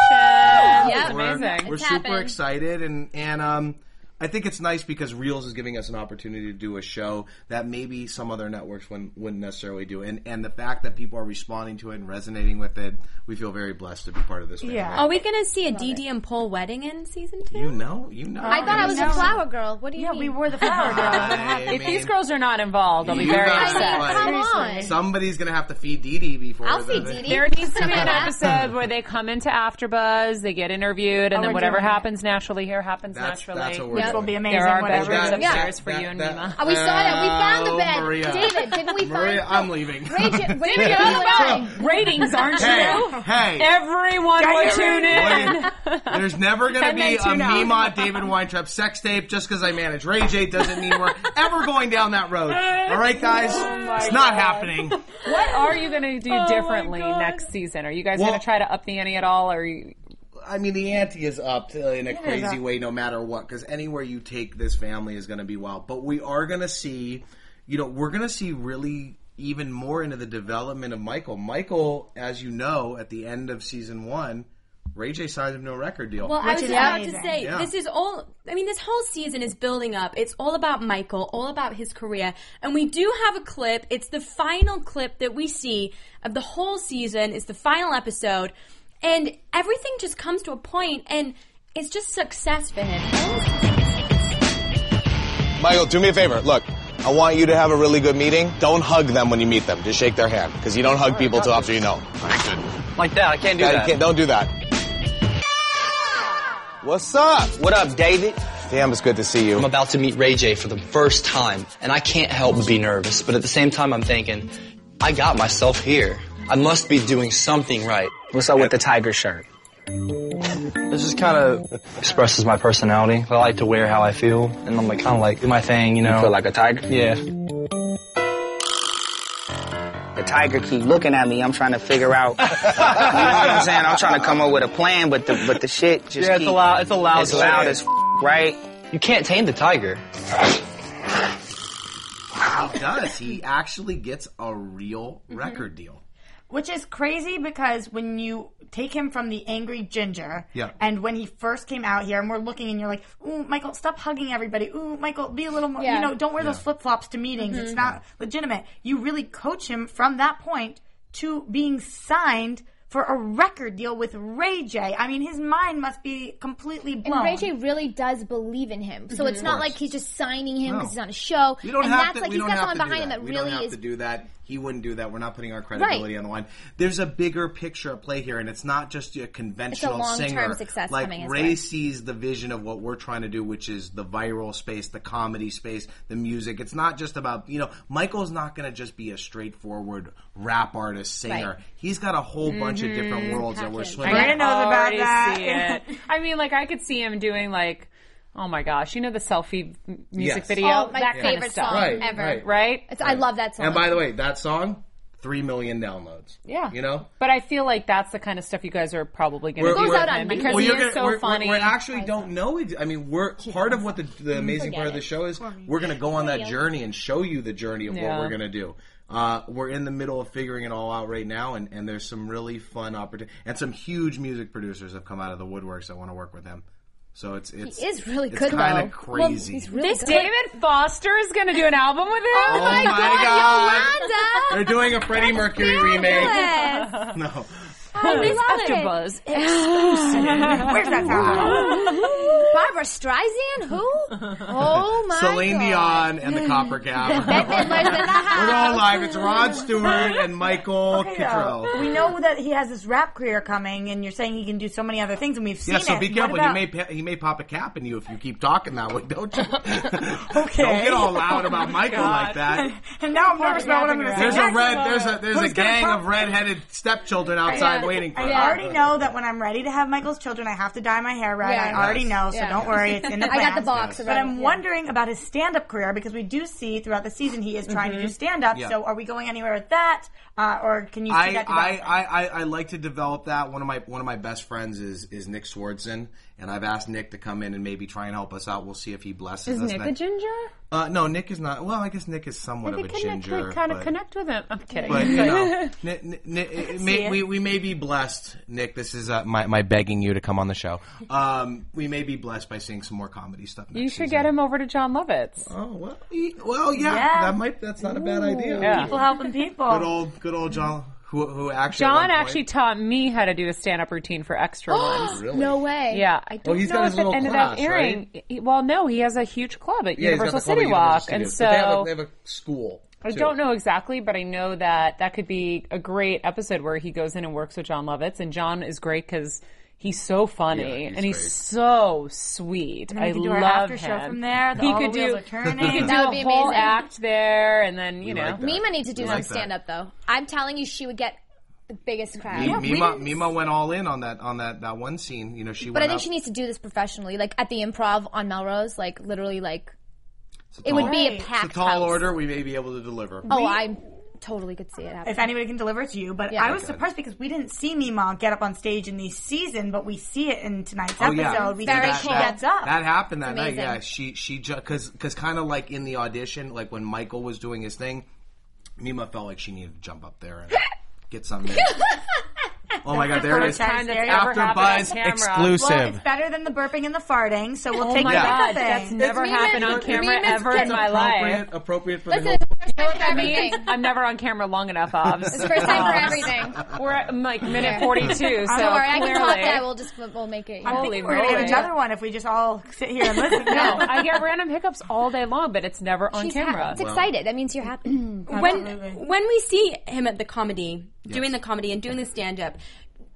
Speaker 3: Congratulations.
Speaker 7: Yeah.
Speaker 3: That's amazing.
Speaker 4: Oh, We're
Speaker 7: It's
Speaker 4: super
Speaker 7: happened.
Speaker 4: excited, and and um, I think it's nice because Reels is giving us an opportunity to do a show that maybe some other networks wouldn't, wouldn't necessarily do, and and the fact that people are responding to it and resonating with it, we feel very blessed to be part of this. Family.
Speaker 6: Yeah.
Speaker 2: Are we gonna see a DD and Paul wedding in season two?
Speaker 4: you know, you know.
Speaker 7: Oh, I thought I was a
Speaker 6: No.
Speaker 7: flower girl. What do you
Speaker 6: Yeah,
Speaker 7: mean?
Speaker 6: we were the flower girls.
Speaker 3: If these girls are not involved, I'll be
Speaker 4: You
Speaker 3: very
Speaker 4: guys
Speaker 3: upset.
Speaker 4: are
Speaker 7: Come
Speaker 4: funny.
Speaker 7: on.
Speaker 4: somebody's gonna have to feed Dee Dee before.
Speaker 7: I'll
Speaker 4: the-
Speaker 7: feed Dee Dee.
Speaker 3: There needs to be an episode where they come into AfterBuzz, they get interviewed, and
Speaker 6: Oh,
Speaker 3: then
Speaker 6: we're
Speaker 3: whatever
Speaker 6: doing it.
Speaker 3: happens naturally here happens
Speaker 4: That's
Speaker 3: naturally.
Speaker 4: that's what we're
Speaker 7: Yep.
Speaker 6: It'll
Speaker 4: doing.
Speaker 6: be amazing.
Speaker 3: there are
Speaker 6: whatever.
Speaker 3: bedrooms
Speaker 7: Yeah.
Speaker 3: upstairs for you and
Speaker 4: That-
Speaker 3: Nima.
Speaker 7: Oh, we saw that. We found the
Speaker 4: Oh,
Speaker 7: bed.
Speaker 4: Maria.
Speaker 7: David, didn't we
Speaker 4: Maria,
Speaker 7: find
Speaker 4: I'm leaving.
Speaker 7: Ray J- Ray J-
Speaker 3: Ratings, aren't you?
Speaker 4: Hey, hey.
Speaker 3: Everyone will
Speaker 6: you're
Speaker 3: tune in.
Speaker 4: Wait, there's never going to
Speaker 3: Ten
Speaker 4: be a
Speaker 3: men, two now.
Speaker 4: Mima David Weintraub sex tape just because I manage Ray J doesn't mean we're ever going down that road. All right, guys?
Speaker 2: Oh
Speaker 4: it's not happening.
Speaker 3: What are you going to do
Speaker 7: Oh
Speaker 3: differently next season? Are you guys
Speaker 4: Well-
Speaker 3: going to try to up the ante at all? Or you,
Speaker 4: I mean, the ante is up uh, in a crazy
Speaker 6: up.
Speaker 4: way no matter what because anywhere you take this family is going to be wild. But we are going to see, you know, we're going to see really even more into the development of Michael. Michael, as you know, at the end of season one, Ray J signed him no record deal.
Speaker 2: Well, I was
Speaker 6: is
Speaker 2: about to
Speaker 6: amazing.
Speaker 2: say
Speaker 4: Yeah.
Speaker 2: this is all. I mean, this whole season is building up. It's all about Michael, all about his career, and we do have a clip. It's the final clip that we see of the whole season. It's the final episode, and everything just comes to a point, and it's just success for him.
Speaker 12: Michael, do me a favor. Look, I want you to have a really good meeting. Don't hug them when you meet them. Just shake their hand because you don't hug people till after you know.
Speaker 5: Like that, I can't do
Speaker 12: Yeah, you
Speaker 5: that.
Speaker 12: can't- don't do that. What's up? What up, David? Damn, it's good to see you.
Speaker 5: I'm about to meet Ray J for the first time, and I can't help but be nervous, but at the same time, I'm thinking, I got myself here. I must be doing something right. What's up with the tiger shirt? This is kind of expresses my personality. I like to wear how I feel, and I'm like kind of like do my thing, you know.
Speaker 13: feel like a tiger?
Speaker 5: Yeah.
Speaker 13: The tiger keep looking at me. I'm trying to figure out. you know what I'm saying? I'm trying to come up with a plan, but the but the shit just
Speaker 5: yeah, it's
Speaker 13: keep-
Speaker 5: a loud. It's a loud.
Speaker 13: It's loud as f- right?
Speaker 5: You can't tame the tiger.
Speaker 4: He does. He actually gets a real record deal.
Speaker 6: Which is crazy because when you take him from the angry ginger,
Speaker 4: Yeah.
Speaker 6: and when he first came out here, and we're looking, and you're like, "Ooh, Michael, stop hugging everybody. Ooh, Michael, be a little more.
Speaker 7: Yeah.
Speaker 6: You know, don't wear those
Speaker 7: Yeah.
Speaker 6: flip flops to meetings.
Speaker 7: Mhm.
Speaker 6: It's not legitimate." You really coach him from that point to being signed for a record deal with Ray J. I mean, his mind must be completely blown.
Speaker 7: And Ray J really does believe in him, so
Speaker 6: Mhm.
Speaker 7: it's not
Speaker 6: Of course.
Speaker 7: like he's just signing him
Speaker 4: No.
Speaker 7: because he's on a show.
Speaker 4: We don't
Speaker 7: and
Speaker 4: have
Speaker 7: that's
Speaker 4: to.
Speaker 7: like
Speaker 4: we
Speaker 7: he's
Speaker 4: don't
Speaker 7: got
Speaker 4: have
Speaker 7: someone
Speaker 4: to do
Speaker 7: behind him that
Speaker 4: we
Speaker 7: really
Speaker 4: don't have
Speaker 7: is.
Speaker 4: to do that. He wouldn't do that. We're not putting our credibility on the line. There's a bigger picture at play here, and it's not just a conventional
Speaker 7: long-term
Speaker 4: singer.
Speaker 7: success
Speaker 4: like
Speaker 7: coming his
Speaker 4: Ray
Speaker 7: way.
Speaker 4: sees the vision of what we're trying to do, which is the viral space, the comedy space, the music. It's not just about you know Michael's not going to just be a straightforward rap artist singer.
Speaker 3: Right.
Speaker 4: He's got a whole bunch of different
Speaker 3: Mhm.
Speaker 7: Mm-hmm.
Speaker 4: worlds that we're
Speaker 3: Package.
Speaker 4: swimming. in.
Speaker 3: already see it. I mean, like I could see him doing like, oh my gosh, you know the selfie m- music
Speaker 4: Yes.
Speaker 3: video,
Speaker 7: Oh, my
Speaker 3: that kind
Speaker 7: favorite
Speaker 3: of stuff.
Speaker 7: song Right, ever.
Speaker 3: right?
Speaker 7: right. It's- I love that song.
Speaker 4: And by the way, that song, three million downloads.
Speaker 3: Yeah.
Speaker 4: you know.
Speaker 3: But I feel like that's the kind of stuff you guys are probably going to do with him because
Speaker 4: Well,
Speaker 3: he
Speaker 4: you're
Speaker 3: is
Speaker 4: gonna-
Speaker 3: so
Speaker 4: we're- we're-
Speaker 3: funny.
Speaker 4: We actually don't know. It. I mean, we're part of what the, the amazing part of the show is. We're going to go on that journey and show you the journey of what
Speaker 3: Yeah.
Speaker 4: we're going to do. Uh, we're in the middle of figuring it all out right now, and, and there's some really fun opportunities and some huge music producers have come out of the woodworks that want to work with him. So it's it's
Speaker 7: is really
Speaker 4: it's
Speaker 7: good,
Speaker 4: Kind
Speaker 7: though.
Speaker 4: of crazy.
Speaker 3: this David Foster is going to do an album with him.
Speaker 4: Oh my God,
Speaker 7: Yolanda!
Speaker 4: They're doing a Freddie Mercury remake.
Speaker 7: Oh
Speaker 4: No.
Speaker 7: I
Speaker 3: Miss
Speaker 7: love it.
Speaker 3: AfterBuzz
Speaker 7: Where's
Speaker 6: that
Speaker 7: from? Barbara Streisand? Who? Oh my
Speaker 4: Celine Dion
Speaker 7: God.
Speaker 4: and the Copper Cap.
Speaker 7: Bette Midler's in the house.
Speaker 4: We're going live. It's Rod Stewart and Michael
Speaker 6: Okay, uh,
Speaker 4: Kittrell.
Speaker 6: though. We know that he has this rap career coming, and you're saying he can do so many other things, and we've seen
Speaker 4: Yeah, so
Speaker 6: it.
Speaker 4: be careful.
Speaker 6: What about-
Speaker 4: He may pa- he may pop a cap in you if you keep talking that way. Don't you?
Speaker 6: okay.
Speaker 4: Don't get all loud about Michael like that.
Speaker 6: And now I'm nervous about what I'm going to say.
Speaker 4: There's a
Speaker 6: next.
Speaker 4: red. There's a there's a
Speaker 6: Who's gonna
Speaker 4: gang
Speaker 6: pop-
Speaker 4: of redheaded stepchildren outside waiting for
Speaker 6: I
Speaker 4: us.
Speaker 6: already know that when I'm ready to have Michael's children, I have to dye my hair red.
Speaker 7: Yeah.
Speaker 6: I already know, so
Speaker 7: Yeah.
Speaker 6: don't worry. It's in the
Speaker 7: I got the
Speaker 6: plans.
Speaker 7: box
Speaker 6: But
Speaker 7: already,
Speaker 6: I'm
Speaker 7: yeah.
Speaker 6: wondering about his stand-up career because we do see throughout the season he is trying
Speaker 4: Mhm.
Speaker 6: to do stand-up.
Speaker 4: Yeah.
Speaker 6: So are we going anywhere with that, uh, or can you see
Speaker 4: I,
Speaker 6: that?
Speaker 4: I, I, I, I like to develop that. One of my one of my best friends is is Nick Swardson, and I've asked Nick to come in and maybe try and help us out. We'll see if he blesses
Speaker 3: Is
Speaker 4: us.
Speaker 3: Nick a
Speaker 4: next-
Speaker 3: ginger?
Speaker 4: Uh, no, Nick is not. Well, I guess Nick is somewhat
Speaker 3: They
Speaker 4: of a
Speaker 3: could connect-
Speaker 4: ginger.
Speaker 3: kind of
Speaker 4: but-
Speaker 3: connect with him. I'm kidding.
Speaker 4: But you
Speaker 3: But-
Speaker 4: know, n- n- n- it
Speaker 3: see
Speaker 4: may,
Speaker 3: it.
Speaker 4: we we may be blessed, Nick. This is uh, my my begging you to come on the show. Um, we may be blessed by seeing some more comedy stuff.
Speaker 3: you should get him over to John Lovitz.
Speaker 4: Oh well, well yeah, that might that's not a bad idea.
Speaker 3: Yeah. People
Speaker 6: helping people.
Speaker 4: Good old good old John, who who actually at one
Speaker 3: John
Speaker 4: point-
Speaker 3: actually taught me how to do a stand-up routine for extra ones.
Speaker 4: Really? No
Speaker 7: way.
Speaker 3: Yeah, I
Speaker 4: Well,
Speaker 3: don't
Speaker 4: he's got
Speaker 3: know
Speaker 4: his
Speaker 3: if it
Speaker 4: little
Speaker 3: ended
Speaker 4: class,
Speaker 3: up airing. He- Well, no, he has a huge club at
Speaker 4: Yeah, he's got
Speaker 3: Universal
Speaker 4: the club at
Speaker 3: City
Speaker 4: Universal
Speaker 3: Walk, and
Speaker 4: Studios. But they
Speaker 3: so
Speaker 4: have a, they have a school.
Speaker 3: I
Speaker 4: too.
Speaker 3: don't know exactly, but I know that that could be a great episode where he goes in and works with John Lovitz, and John is great because he's so funny and he's so sweet.
Speaker 6: And we
Speaker 3: I
Speaker 6: could do our
Speaker 3: love
Speaker 6: after
Speaker 3: him.
Speaker 6: show from there, the
Speaker 3: he
Speaker 6: all
Speaker 3: could
Speaker 6: the wheels
Speaker 3: do
Speaker 6: are turning.
Speaker 3: he could do
Speaker 6: That
Speaker 3: a
Speaker 6: would be
Speaker 3: whole
Speaker 6: amazing.
Speaker 3: act there, and then you know.
Speaker 7: Mima needs to do
Speaker 4: We
Speaker 7: some
Speaker 4: like that.
Speaker 7: stand up though. I'm telling you, she would get the biggest crowd.
Speaker 4: Mi- Mima, Mima went all in on that on that, that one scene. You know, she.
Speaker 7: but
Speaker 4: went
Speaker 7: I think
Speaker 4: up-
Speaker 7: she needs to do this professionally, like at the improv on Melrose, like literally, like it would be a packed
Speaker 4: Oh. It's a tall
Speaker 7: house.
Speaker 4: order. We may be able to deliver.
Speaker 7: Oh, I totally could see it happening.
Speaker 6: If anybody can deliver it to you, but
Speaker 7: Yeah.
Speaker 6: I was
Speaker 7: Okay.
Speaker 6: surprised because we didn't see Mima get up on stage in the season, but we see it in tonight's
Speaker 4: Oh,
Speaker 6: episode.
Speaker 4: yeah. Yeah,
Speaker 6: We see
Speaker 4: that-
Speaker 6: that she
Speaker 4: that-
Speaker 6: gets up.
Speaker 4: That happened that
Speaker 6: It's
Speaker 4: night.
Speaker 6: amazing.
Speaker 4: Yeah, she she because because kind of like in the audition, like when Michael was doing his thing, Mima felt like she needed to jump up there and get something. oh my god, there it is.
Speaker 6: Time that's ever
Speaker 4: After
Speaker 6: happened on
Speaker 4: Buzz
Speaker 6: camera.
Speaker 4: exclusive.
Speaker 6: Well, it's better than the burping and the farting, so we'll
Speaker 3: Oh
Speaker 6: take
Speaker 3: my
Speaker 6: that as
Speaker 3: God,
Speaker 6: a thing.
Speaker 3: that's never It's me happened on meant- camera me meant ever in getting- my life.
Speaker 4: Appropriate, appropriate for the
Speaker 7: Listen,
Speaker 4: whole
Speaker 7: if first
Speaker 3: know
Speaker 7: time
Speaker 3: what
Speaker 7: for
Speaker 3: that
Speaker 7: everything.
Speaker 3: means? I'm never on camera long enough, Obs.
Speaker 7: It's the first time for
Speaker 3: Obs.
Speaker 7: everything.
Speaker 3: We're at like minute
Speaker 7: Yeah.
Speaker 3: 42, so
Speaker 7: Don't worry, I can top
Speaker 3: clearly-
Speaker 7: that. We'll just we'll make it.
Speaker 3: I'm
Speaker 6: I
Speaker 3: Holy
Speaker 6: think we're going to
Speaker 3: moly.
Speaker 6: get another one if we just all sit here and listen.
Speaker 3: no, I get random hiccups all day long, but it's never on
Speaker 2: She's
Speaker 3: camera.
Speaker 2: happy. It's Wow.
Speaker 7: excited. That means you're happy.
Speaker 2: when when we see him at the comedy, doing the comedy and doing the stand up,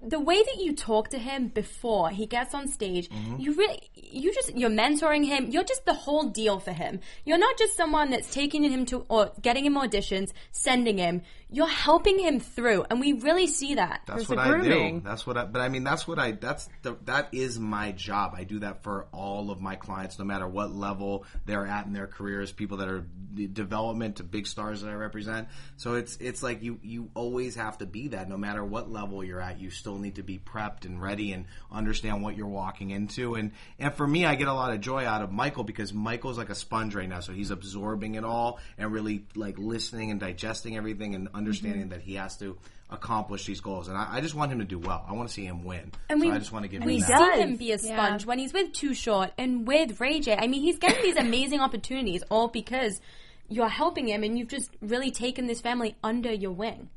Speaker 2: the way that you talk to him before he gets on stage,
Speaker 4: Mm-hmm.
Speaker 2: you really you just you're mentoring him. You're just the whole deal for him. You're not just someone that's taking him to or getting him auditions, sending him. You're helping him through, and we really see that.
Speaker 4: That's what I do. That's what I. But I mean, that's what I. That's the, that is my job. I do that for all of my clients, no matter what level they're at in their careers. People that are d- development to big stars that I represent. So it's it's like you you always have to be that, no matter what level you're at. You still need to be prepped and ready and understand what you're walking into. And and for me, I get a lot of joy out of Michael because Michael's like a sponge right now. So he's absorbing it all and really like listening and digesting everything and understanding that he has to accomplish these goals. And I, I just want him to do well. I want to see him win.
Speaker 2: And
Speaker 4: so
Speaker 2: we,
Speaker 4: I just want to give
Speaker 2: we
Speaker 4: him
Speaker 2: see
Speaker 4: that.
Speaker 2: him be a sponge when he's with Too Short and with Ray J. I mean, he's getting these amazing opportunities all because you're helping him and you've just really taken this family under your wing.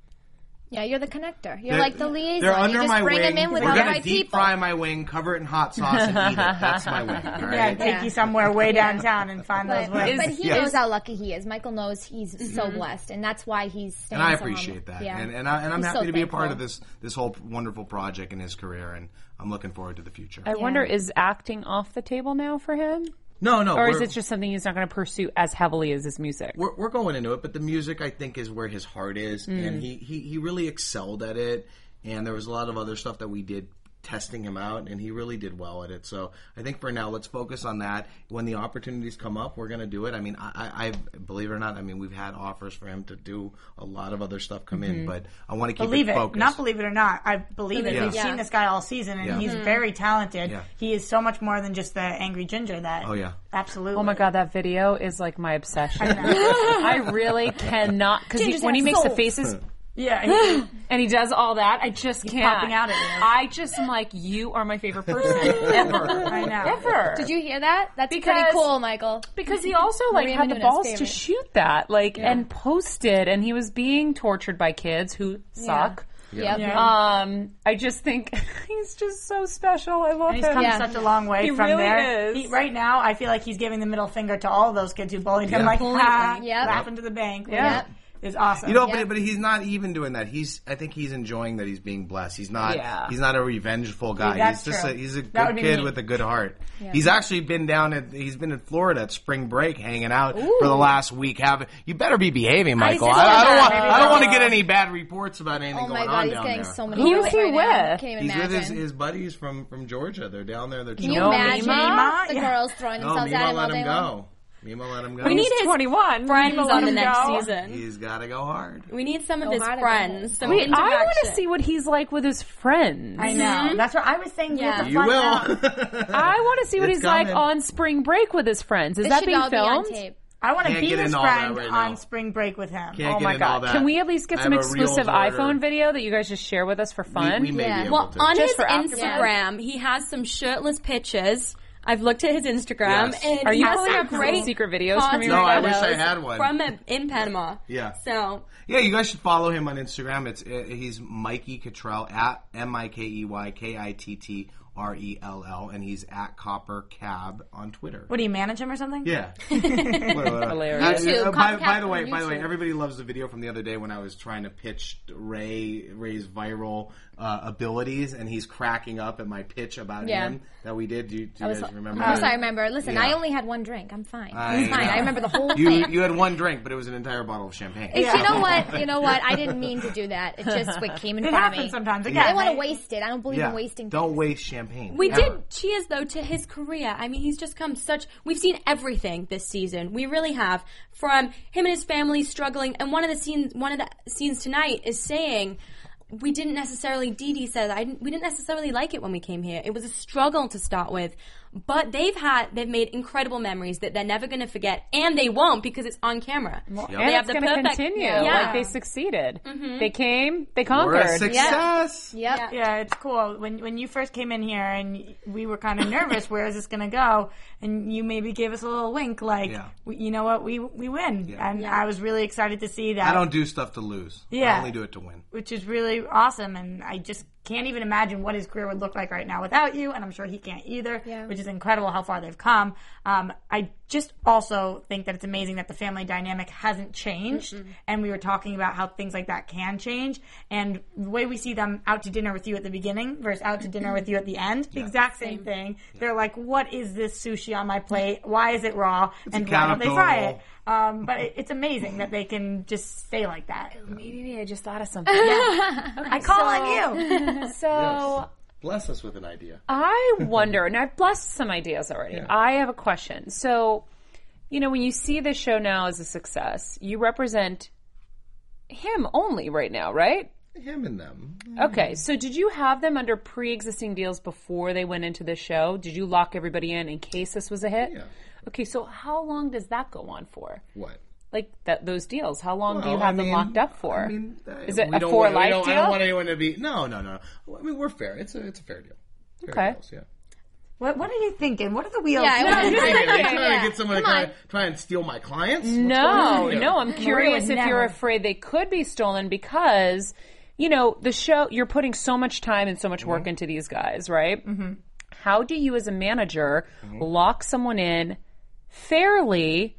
Speaker 7: Yeah, you're the connector. You're
Speaker 4: They're-
Speaker 7: like the liaison.
Speaker 4: They're under
Speaker 7: you just
Speaker 4: my
Speaker 7: bring
Speaker 4: wing.
Speaker 7: them in with
Speaker 4: We're
Speaker 7: all the
Speaker 4: gonna
Speaker 7: right
Speaker 4: deep
Speaker 7: people.
Speaker 4: fry my wing, cover it in hot sauce, and eat it. That's my wing. All
Speaker 6: Yeah,
Speaker 4: right.
Speaker 6: take you somewhere way downtown and find those
Speaker 7: But,
Speaker 6: ways.
Speaker 7: but he
Speaker 4: Yes.
Speaker 7: knows how lucky he is. Michael knows he's so
Speaker 4: Mhm.
Speaker 7: blessed, and that's why he's.
Speaker 4: and
Speaker 7: staying
Speaker 4: I
Speaker 7: so humble.
Speaker 4: appreciate that,
Speaker 7: Yeah.
Speaker 4: and and, I, and I'm
Speaker 7: He's
Speaker 4: happy
Speaker 7: so
Speaker 4: to be a part of
Speaker 7: thankful.
Speaker 4: this this whole wonderful project in his career, and I'm looking forward to the future.
Speaker 3: I wonder, is acting off the table now for him?
Speaker 4: No, no,
Speaker 3: Or is
Speaker 4: we're-
Speaker 3: it just something he's not going to pursue as heavily as his music?
Speaker 4: We're, we're going into it, but the music I think is where his heart is,
Speaker 3: Mm.
Speaker 4: and he, he he really excelled at it. And there was a lot of other stuff that we did testing him out, and he really did well at it. So I think for now, let's focus on that. When the opportunities come up, we're gonna do it. I mean, I, I I've- believe it or not, I mean, we've had offers for him to do a lot of other stuff come in,
Speaker 3: Mm-hmm.
Speaker 6: Mhm.
Speaker 4: but I want to keep
Speaker 6: believe
Speaker 4: it
Speaker 6: it,
Speaker 4: focused.
Speaker 6: not believe it or not. I believe it.
Speaker 4: Yeah.
Speaker 6: We've
Speaker 4: Yeah.
Speaker 6: seen this guy all season, and
Speaker 4: Yeah.
Speaker 6: he's
Speaker 4: Mhm.
Speaker 6: very talented.
Speaker 4: Yeah.
Speaker 6: He is so much more than just the angry ginger. That
Speaker 4: Oh, yeah.
Speaker 6: absolutely.
Speaker 3: Oh my god, that video is like my obsession. I really cannot because
Speaker 6: Ginger's
Speaker 3: when he
Speaker 6: got
Speaker 3: makes the
Speaker 6: soul.
Speaker 4: Hmm.
Speaker 3: faces,
Speaker 6: yeah,
Speaker 3: and he does all that, I just can't.
Speaker 6: popping out at you.
Speaker 3: I just am like, you are my favorite person ever.
Speaker 6: I know.
Speaker 3: Ever.
Speaker 7: Did you hear that? That's pretty
Speaker 3: Because-
Speaker 7: cool, Michael.
Speaker 3: Because he also like
Speaker 7: Maria
Speaker 3: had the
Speaker 7: Menounos
Speaker 3: balls to
Speaker 7: favorite.
Speaker 3: shoot that, like,
Speaker 7: Yeah.
Speaker 3: and posted, and he was being tortured by kids who
Speaker 7: Yeah.
Speaker 3: suck.
Speaker 7: Yep. Yeah.
Speaker 3: Um, I just think he's just so special. I love
Speaker 6: And he's
Speaker 3: him.
Speaker 6: come such a long way
Speaker 3: He
Speaker 6: from
Speaker 3: really
Speaker 6: there.
Speaker 3: is.
Speaker 6: He- right now, I feel like he's giving the middle finger to all those kids who bullied him.
Speaker 4: Yeah.
Speaker 6: Like,
Speaker 4: Completely.
Speaker 6: ha,
Speaker 4: Yep.
Speaker 6: laughing to the bank. which
Speaker 4: Yep.
Speaker 6: is awesome.
Speaker 4: You know, but, but he's not even doing that. He's I think he's enjoying that he's being blessed. He's not
Speaker 6: Yeah.
Speaker 4: he's not a revengeful guy.
Speaker 6: that's
Speaker 4: he's just
Speaker 6: true.
Speaker 4: a he's a
Speaker 6: That
Speaker 4: good
Speaker 6: would be
Speaker 4: kid
Speaker 6: me.
Speaker 4: with a good heart.
Speaker 6: Yeah.
Speaker 4: He's actually been down at he's been in Florida at spring break hanging out
Speaker 6: Ooh.
Speaker 4: for the last week. Have you better be behaving,
Speaker 6: I
Speaker 4: Michael.
Speaker 6: said
Speaker 4: I, I
Speaker 6: that.
Speaker 4: don't want
Speaker 6: Maybe
Speaker 4: I don't
Speaker 6: they'll-
Speaker 4: want to get any bad reports about anything
Speaker 7: Oh
Speaker 4: going on
Speaker 7: my god, he's
Speaker 4: down
Speaker 7: getting
Speaker 4: there.
Speaker 7: so many. Who is he with? Can't even
Speaker 4: He's with
Speaker 7: imagine.
Speaker 4: his, his buddies from, from Georgia. They're down there. They're
Speaker 7: Can you
Speaker 4: chilling.
Speaker 7: imagine the girls throwing
Speaker 4: No,
Speaker 7: themselves at
Speaker 4: Mima
Speaker 7: him all
Speaker 4: let
Speaker 7: day
Speaker 4: him
Speaker 7: long?
Speaker 4: go. Mima let him go.
Speaker 2: We need his
Speaker 3: 21.
Speaker 2: friends
Speaker 3: People
Speaker 2: on
Speaker 3: let
Speaker 2: the
Speaker 3: him
Speaker 2: next
Speaker 3: go.
Speaker 2: season.
Speaker 4: He's got to go hard.
Speaker 2: We need some of his
Speaker 7: hard
Speaker 2: friends. Some
Speaker 3: Wait, I want to
Speaker 2: interaction.
Speaker 3: see what he's like with his friends.
Speaker 6: I know. That's what I was saying.
Speaker 3: Yeah.
Speaker 6: Mm-hmm. Yeah.
Speaker 3: You will. I want to see what
Speaker 6: It's
Speaker 3: he's like
Speaker 6: coming.
Speaker 3: on spring break with his friends. Is
Speaker 6: This
Speaker 3: that
Speaker 6: should
Speaker 3: being
Speaker 6: all be on
Speaker 3: filmed?
Speaker 6: tape. I want to
Speaker 3: Can't
Speaker 6: be
Speaker 3: get
Speaker 6: his
Speaker 3: in all that
Speaker 6: friend
Speaker 3: right now.
Speaker 6: on spring break with him.
Speaker 3: oh my god! Can we at least get
Speaker 4: I
Speaker 3: some
Speaker 4: have a Reels
Speaker 3: exclusive
Speaker 4: order.
Speaker 3: iPhone video that you guys just share with us for fun?
Speaker 4: we may be Yeah. able
Speaker 2: Well,
Speaker 4: to.
Speaker 2: on
Speaker 3: Just
Speaker 2: his
Speaker 3: for after
Speaker 2: Instagram, he has some shirtless pictures. I've looked at his Instagram,
Speaker 3: Yes.
Speaker 2: and
Speaker 3: Are
Speaker 2: he
Speaker 3: you
Speaker 2: has
Speaker 3: pulling
Speaker 2: some
Speaker 3: up some
Speaker 2: great
Speaker 3: secret videos for me
Speaker 2: content
Speaker 4: No, I
Speaker 2: photos
Speaker 4: wish I had one.
Speaker 2: from a, in Panama.
Speaker 4: Yeah.
Speaker 2: So
Speaker 4: Yeah, you guys should follow him on Instagram. It's uh, he's Mikey Cottrell at M I K E Y K I T T R E L L, and he's at Copper Cab on Twitter.
Speaker 6: What do you manage him or something?
Speaker 4: Yeah. Wait, wait, wait.
Speaker 6: Hilarious.
Speaker 4: Uh,
Speaker 6: YouTube,
Speaker 4: uh, by,
Speaker 6: Coppercat
Speaker 4: by the
Speaker 6: on
Speaker 4: way, by the way,
Speaker 6: YouTube.
Speaker 4: everybody loves the video from the other day when I was trying to pitch Ray Ray's viral uh, abilities, and he's cracking up at my pitch about
Speaker 7: Yeah.
Speaker 4: him that we did. Do, you- do
Speaker 7: I
Speaker 4: you
Speaker 7: was,
Speaker 4: guys remember?
Speaker 7: Of course,
Speaker 4: that?
Speaker 7: I remember. Listen,
Speaker 4: Yeah.
Speaker 7: I only had one drink. I'm fine.
Speaker 4: I
Speaker 7: I'm fine.
Speaker 4: know.
Speaker 7: I remember the whole
Speaker 4: you,
Speaker 7: thing.
Speaker 4: You had one drink, but it was an entire bottle of champagne.
Speaker 7: It's- You know what? You know what? I didn't mean to do that. It just like, came in
Speaker 6: It
Speaker 7: front of
Speaker 6: happens
Speaker 7: me.
Speaker 6: sometimes.
Speaker 7: I
Speaker 6: Again,
Speaker 7: don't want
Speaker 6: I-
Speaker 7: to waste it. I don't believe
Speaker 4: yeah.
Speaker 7: in wasting.
Speaker 4: Don't waste champagne.
Speaker 2: We
Speaker 4: Ever.
Speaker 2: did cheers though to his career. I mean, he's just come such. We've seen everything this season. We really have. From him and his family struggling, and one of the scenes, one of the scenes tonight is saying, "We didn't necessarily." Dee Dee said, "I didn't, we didn't necessarily like it when we came here. It was a struggle to start with, But they've had they've made incredible memories that they're never going to forget, and they won't because it's on camera.
Speaker 3: And it's going to continue. Like they succeeded.
Speaker 6: Mm-hmm.
Speaker 2: Mhm.
Speaker 3: They came. They conquered.
Speaker 7: Yep.
Speaker 6: Yeah. it's cool. When when you first came in here and y- we were kind of nervous, where is this going to go? And you maybe gave us a little wink, like,
Speaker 4: Yeah.
Speaker 6: we, you know what, we we win. And I was really excited to see that.
Speaker 4: I don't do stuff to lose.
Speaker 6: Yeah.
Speaker 4: I only do it to win.
Speaker 6: which is really awesome. And I just can't even imagine what his career would look like right now without you. And I'm sure he can't either, which is incredible how far they've come. Um, I just also think that it's amazing that the family dynamic hasn't changed.
Speaker 7: Mm-mm.
Speaker 6: And we were talking about how things like that can change. And the way we see them out to dinner with you at the beginning versus out to dinner with you at the end, the exact same, thing. They're like, what is this sushi on my plate? Why is it raw? and why don't they fry it?
Speaker 3: accountable.
Speaker 6: Um, but it, it's amazing that they can just stay like that.
Speaker 3: Maybe I just thought of something.
Speaker 6: Yeah. I call on you.
Speaker 3: So
Speaker 4: Yes. Bless us with an idea.
Speaker 3: I wonder, and I've blessed some ideas already. I have a question. So, you know, when you see this show now as a success, you represent him only right now, right?
Speaker 4: Him and them.
Speaker 3: Okay, so did you have them under pre-existing deals before they went into the show? Did you lock everybody in in case this was a hit? Yeah. Okay, so how long does that go on for?
Speaker 4: What?
Speaker 3: Like that those deals? How long do you
Speaker 4: Well,
Speaker 3: have
Speaker 4: I
Speaker 3: them
Speaker 4: mean-
Speaker 3: locked up for? Is it
Speaker 4: We
Speaker 3: a
Speaker 4: don't
Speaker 3: for
Speaker 4: want- we
Speaker 3: life
Speaker 4: don't-
Speaker 3: deal?
Speaker 4: I don't want anyone to be. No, no, no. I mean, we're fair. It's a it's a fair deal. Fair
Speaker 6: Okay.
Speaker 4: Deals, yeah.
Speaker 6: What What are you thinking? What are the wheels?
Speaker 4: Yeah, I was
Speaker 6: turning?
Speaker 4: just thinking, are you trying to get someone to try, try and steal my clients? What's going
Speaker 3: No,
Speaker 4: on here?
Speaker 3: no. I'm curious if
Speaker 6: never.
Speaker 3: you're afraid they could be stolen because, you know, the show, you're putting so much time and so much
Speaker 4: Mm-hmm.
Speaker 3: work into these guys, right? Mm-hmm. How do you, as a manager,
Speaker 4: Mm-hmm.
Speaker 3: lock someone in fairly?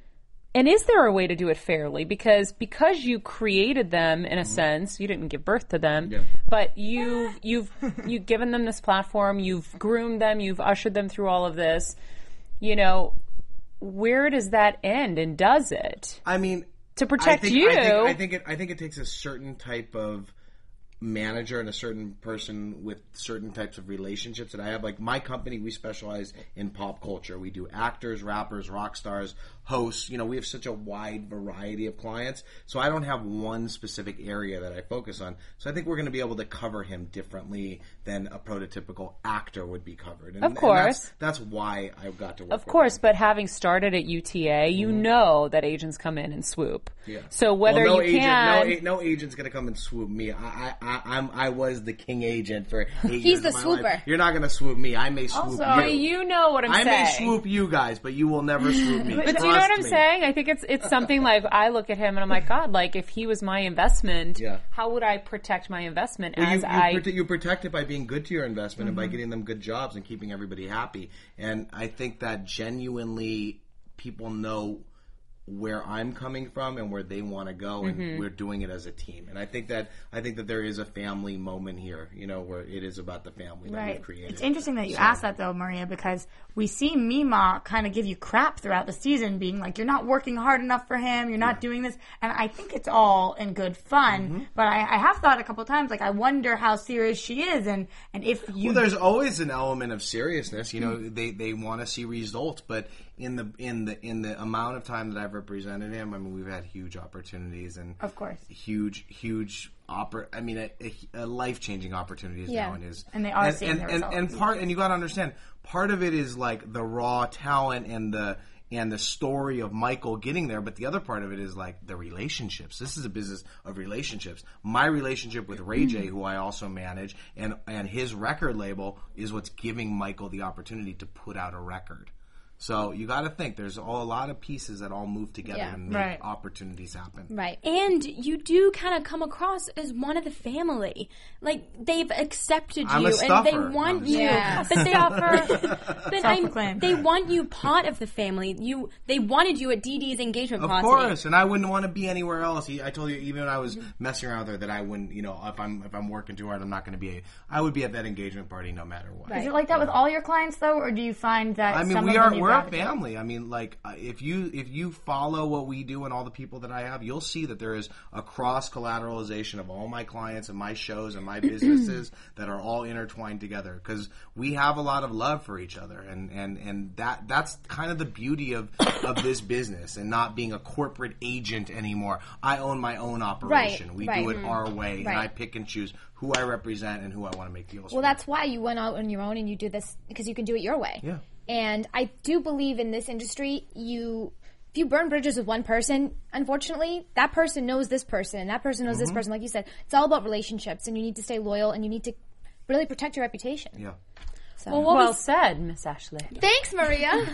Speaker 3: And is there a way to do it fairly? Because because you created them in a sense, you didn't give birth to them, but you you've you've given them this platform, you've groomed them, you've ushered them through all of this. You know, where does that end and does it?
Speaker 4: I mean,
Speaker 3: to protect
Speaker 4: I think,
Speaker 3: you.
Speaker 4: I think, I think it. I think it takes a certain type of manager and a certain person with certain types of relationships that I have. Like my company, we specialize in pop culture. We do actors, rappers, rock stars, hosts. You know, we have such a wide variety of clients. So I don't have one specific area that I focus on. So I think we're going to be able to cover him differently than a prototypical actor would be covered.
Speaker 3: Of
Speaker 4: that's,
Speaker 3: course.
Speaker 4: that's why I got to work.
Speaker 3: of course, but having started at UTA, you know that agents come in and swoop.
Speaker 4: Mm-hmm. Yeah.
Speaker 3: So whether
Speaker 4: Well, no
Speaker 3: you
Speaker 4: agent,
Speaker 3: can,
Speaker 4: no, a- no agent's gonna come and swoop me. I, I, I, I'm, I was the king agent for. Eight
Speaker 3: He's
Speaker 4: years
Speaker 3: the
Speaker 4: of my life.
Speaker 3: swooper.
Speaker 4: You're not gonna swoop me. I may swoop
Speaker 3: Also-
Speaker 4: you.
Speaker 3: But you know what I'm
Speaker 4: I may
Speaker 3: saying.
Speaker 4: swoop you guys, but you will never swoop me.
Speaker 3: but
Speaker 4: Trust
Speaker 3: do you know what I'm
Speaker 4: me.
Speaker 3: saying? I think it's it's something like I look at him and I'm like, God, like if he was my investment,
Speaker 4: Yeah.
Speaker 3: how would I protect my investment
Speaker 4: Well, you,
Speaker 3: as
Speaker 4: you,
Speaker 3: I?
Speaker 4: prote- you protect it by being good to your investment and by
Speaker 6: Mm-hmm.
Speaker 3: Mhm.
Speaker 4: getting them good jobs and keeping everybody happy. And I think that genuinely people know where I'm coming from and where they want to go, and
Speaker 6: Mm-hmm.
Speaker 3: Mhm.
Speaker 4: we're doing it as a team. And I think that I think that there is a family moment here, you know, where it is about the family that we've created.
Speaker 6: It's interesting that you
Speaker 4: So-
Speaker 6: asked that though, Maria, because we see Mima kind of give you crap throughout the season, being like, "You're not working hard enough for him. You're not doing this." And I think it's all in good fun,
Speaker 4: Mm-hmm.
Speaker 6: but I, I have thought a couple times, like, I wonder how serious she is, and and if you Mm.
Speaker 4: well, there's always an element of seriousness. You know, they they want to see results, but in the in the in the amount of time that I've represented him, I mean, we've had huge opportunities and
Speaker 6: Of course.
Speaker 4: huge huge oppor- I mean, a, life changing opportunities
Speaker 6: Yeah.
Speaker 4: nowadays,
Speaker 6: And they are
Speaker 4: and,
Speaker 6: seeing
Speaker 4: and,
Speaker 6: the
Speaker 4: and, and
Speaker 6: results.
Speaker 4: part and you got to understand part of it is like the raw talent and the and the story of Michael getting there, but the other part of it is like the relationships. This is a business of relationships. My relationship with Ray J,
Speaker 14: Mhm.
Speaker 4: who I also manage, and and his record label is what's giving Michael the opportunity to put out a record. So you got to think there's all, a lot of pieces that all move together
Speaker 2: Yeah.
Speaker 4: and make
Speaker 2: Right.
Speaker 4: opportunities happen.
Speaker 7: Right.
Speaker 2: And you do kind of come across as one of the family. Like they've accepted
Speaker 4: I'm a
Speaker 2: you and they
Speaker 4: stuffer.
Speaker 2: want
Speaker 4: I'm
Speaker 2: you.
Speaker 7: Yeah.
Speaker 2: But they offer but I, they want you part of the family. You they wanted you at Dee Dee's engagement
Speaker 4: Of
Speaker 2: party.
Speaker 4: course, and I wouldn't want to be anywhere else. I told you, even when I was messing around with her, that I wouldn't. You know, if I'm if I'm working too hard, I'm not going to be. A, I would be at that engagement party no matter what.
Speaker 6: is it like that with all your clients though, or do you find that
Speaker 4: I mean,
Speaker 6: some
Speaker 4: we
Speaker 6: of them
Speaker 4: are
Speaker 6: you
Speaker 4: we're a
Speaker 6: gravitate-
Speaker 4: family. I mean, like uh, if you if you follow what we do and all the people that I have, you'll see that there is a cross collateralization of all my clients and my shows and my businesses that are all intertwined together because we have a lot of love for each other, and and and that that's kind of the beauty of of this business and not being a corporate agent anymore. I own my own operation. we
Speaker 7: right.
Speaker 4: do it
Speaker 7: Mhm.
Speaker 4: our way, and I
Speaker 7: Right.
Speaker 4: pick and choose who I represent and who I want to make deals.
Speaker 7: Well,
Speaker 4: with.
Speaker 7: that's why you went out on your own and you did this because you can do it your way.
Speaker 4: yeah.
Speaker 7: And I do believe in this industry, you if you burn bridges with one person, unfortunately, that person knows this person and that person knows this
Speaker 4: Mhm.
Speaker 7: person. Like you said, it's all about relationships, and you need to stay loyal and you need to really protect your reputation.
Speaker 4: Yeah.
Speaker 7: So.
Speaker 3: Well, what was said, Miss Ashley?
Speaker 7: Thanks, Maria.
Speaker 2: and,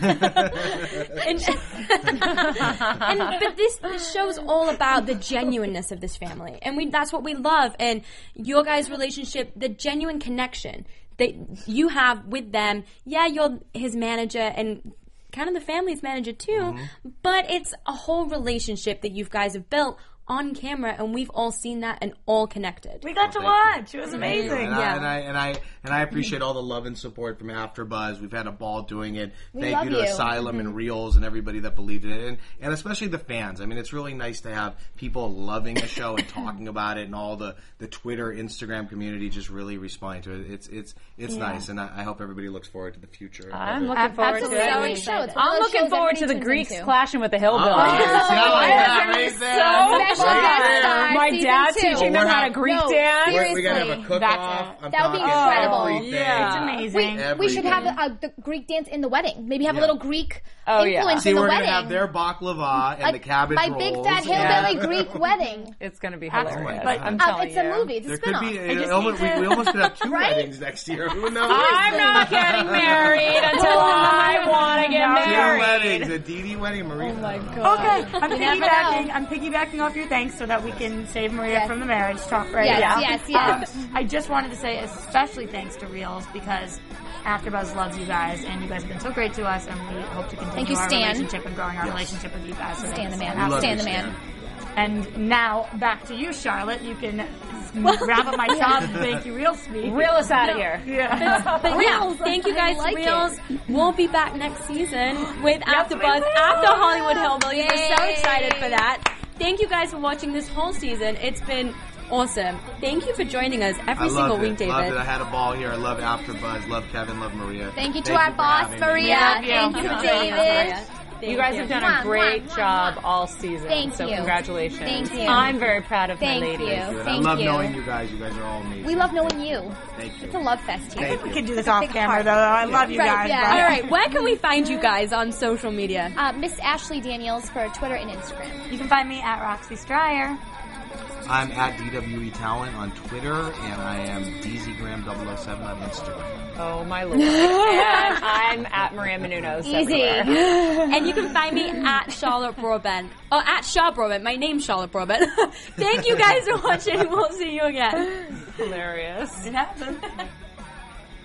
Speaker 2: and but this this show's all about the genuineness of this family, and we that's what we love. And your guys' relationship, the genuine connection that you have with them. Yeah, you're his manager and kind of the family's manager too,
Speaker 4: Mm-hmm.
Speaker 2: but it's a whole relationship that you guys have built on camera, and we've all seen that and all connected.
Speaker 6: We got to watch. It was amazing.
Speaker 4: And, I, and I and I and I appreciate all the love and support from AfterBuzz. We've had a ball doing it.
Speaker 6: We
Speaker 4: Thank
Speaker 6: love
Speaker 4: you to
Speaker 6: you.
Speaker 4: Asylum and Reels and everybody that believed in it, and and especially the fans. I mean, it's really nice to have people loving the show and talking about it, and all the the Twitter, Instagram community just really responding to it. It's it's it's
Speaker 3: Yeah.
Speaker 4: nice, and I, I hope everybody looks forward to the future. of
Speaker 3: I'm
Speaker 4: it.
Speaker 3: looking forward to it.
Speaker 7: Absolutely. Show. It's one of
Speaker 3: I'm
Speaker 7: those
Speaker 3: looking
Speaker 7: shows that
Speaker 3: forward to the
Speaker 7: everybody
Speaker 3: Greeks
Speaker 7: tunes into.
Speaker 3: clashing with the hillbillies.
Speaker 4: Oh, it's yellow, yeah,
Speaker 3: It's gonna be
Speaker 4: right there.
Speaker 3: so
Speaker 4: Special
Speaker 3: fun.
Speaker 4: guest star,
Speaker 3: My
Speaker 4: season
Speaker 3: dad
Speaker 4: two.
Speaker 3: teaching
Speaker 4: Well,
Speaker 3: them
Speaker 4: we're
Speaker 3: how to
Speaker 4: not-
Speaker 3: Greek
Speaker 4: no,
Speaker 3: dance.
Speaker 4: We're- we're gonna have a cook-off. I'm
Speaker 7: That would be
Speaker 4: talking
Speaker 7: incredible.
Speaker 4: everything. Yeah.
Speaker 6: It's
Speaker 7: We,
Speaker 6: amazing.
Speaker 7: we should have
Speaker 4: Everything.
Speaker 7: a, a, the Greek dance in the wedding. Maybe have
Speaker 4: Yeah.
Speaker 7: a little Greek
Speaker 3: Oh, yeah.
Speaker 7: influence
Speaker 4: See,
Speaker 7: in the
Speaker 4: we're
Speaker 7: wedding.
Speaker 4: gonna have their baklava and
Speaker 7: Like
Speaker 4: the cabbage
Speaker 7: my
Speaker 4: rolls. Oh,
Speaker 7: big fat hillbilly Greek wedding.
Speaker 3: It's going to be
Speaker 4: Absolutely.
Speaker 3: hilarious.
Speaker 4: But-
Speaker 3: I'm
Speaker 7: Uh,
Speaker 3: telling
Speaker 7: it's
Speaker 3: you.
Speaker 7: a movie. It's a
Speaker 4: There could
Speaker 7: spin-off.
Speaker 4: be. it almost- we, we almost could have two weddings next year. Who knows?
Speaker 3: I'm not getting married until I want to get
Speaker 6: No.
Speaker 3: married.
Speaker 4: Two weddings, a DD wedding, Maria. Oh my god.
Speaker 6: Okay, I'm
Speaker 7: You never
Speaker 6: piggybacking. I'm piggybacking off your thanks so that we can save Maria from the marriage talk right
Speaker 7: Yes,
Speaker 6: now.
Speaker 7: yes, yes.
Speaker 6: Um, I just wanted to say especially thanks to Reels because AfterBuzz loves you guys and you guys have been so great to us and we hope to continue
Speaker 7: Thank you,
Speaker 6: our
Speaker 7: Stan.
Speaker 6: relationship and growing our
Speaker 7: Yes.
Speaker 6: relationship with you guys. So
Speaker 7: Stan the
Speaker 6: thanks.
Speaker 7: man.
Speaker 6: Absolutely.
Speaker 7: Stan the man.
Speaker 6: And now back to you, Charlotte. You can wrap up my job. Thank you, Reels. Speak.
Speaker 3: Reel us out of here.
Speaker 6: Yeah.
Speaker 2: But yeah,
Speaker 7: Reels.
Speaker 2: thank you
Speaker 7: I
Speaker 2: guys,
Speaker 7: like it.
Speaker 2: Reels. We'll be back next season with After
Speaker 6: we
Speaker 2: Buzz
Speaker 6: will.
Speaker 2: after Hollywood Hillbillies. We're so
Speaker 7: Yay.
Speaker 2: excited for that. Thank you guys for watching this whole season. It's been awesome. Thank you for joining us
Speaker 4: I
Speaker 2: every single
Speaker 4: love
Speaker 2: week,
Speaker 4: it. Love it. I
Speaker 2: David.
Speaker 4: had a ball here. I love After Buzz. Love Kevin. Love Maria.
Speaker 7: Thank you to
Speaker 4: Thank
Speaker 7: our
Speaker 4: for
Speaker 7: boss,
Speaker 4: having me.
Speaker 7: Maria.
Speaker 6: We love
Speaker 7: Thank
Speaker 6: you.
Speaker 7: you,
Speaker 2: Maria.
Speaker 7: David.
Speaker 3: You guys have done a
Speaker 7: Mwah,
Speaker 3: great
Speaker 7: mwah, mwah,
Speaker 3: job
Speaker 7: mwah.
Speaker 3: all season.
Speaker 7: Thank
Speaker 3: so
Speaker 7: you.
Speaker 3: congratulations.
Speaker 7: Thank you.
Speaker 3: I'm very proud of
Speaker 7: Thank
Speaker 3: my ladies.
Speaker 7: you.
Speaker 4: And I
Speaker 7: Thank
Speaker 4: love
Speaker 7: you.
Speaker 4: knowing you guys. You guys are all amazing.
Speaker 7: We love knowing you.
Speaker 4: Thank you.
Speaker 7: It's a love fest here.
Speaker 4: Thank
Speaker 6: We
Speaker 4: you.
Speaker 6: can do this off camera though. I love you
Speaker 7: Right,
Speaker 6: guys.
Speaker 7: yeah.
Speaker 6: but-
Speaker 2: All right, where can we find you guys on social media?
Speaker 7: Uh, Miss Ashley Daniels for Twitter and Instagram.
Speaker 6: You can find me at Roxy Stryer.
Speaker 4: I'm at DWE Talent on Twitter, and I am DZGram007 on Instagram.
Speaker 3: Oh my lord. and I'm at Maria Menounos.
Speaker 7: Easy.
Speaker 3: everywhere.
Speaker 2: And you can find me at Charlotte Broadbent. Or at Shaw Broadbent. My name's Charlotte Broadbent. Thank you guys for watching. We'll see you again.
Speaker 3: Hilarious.
Speaker 6: It happened.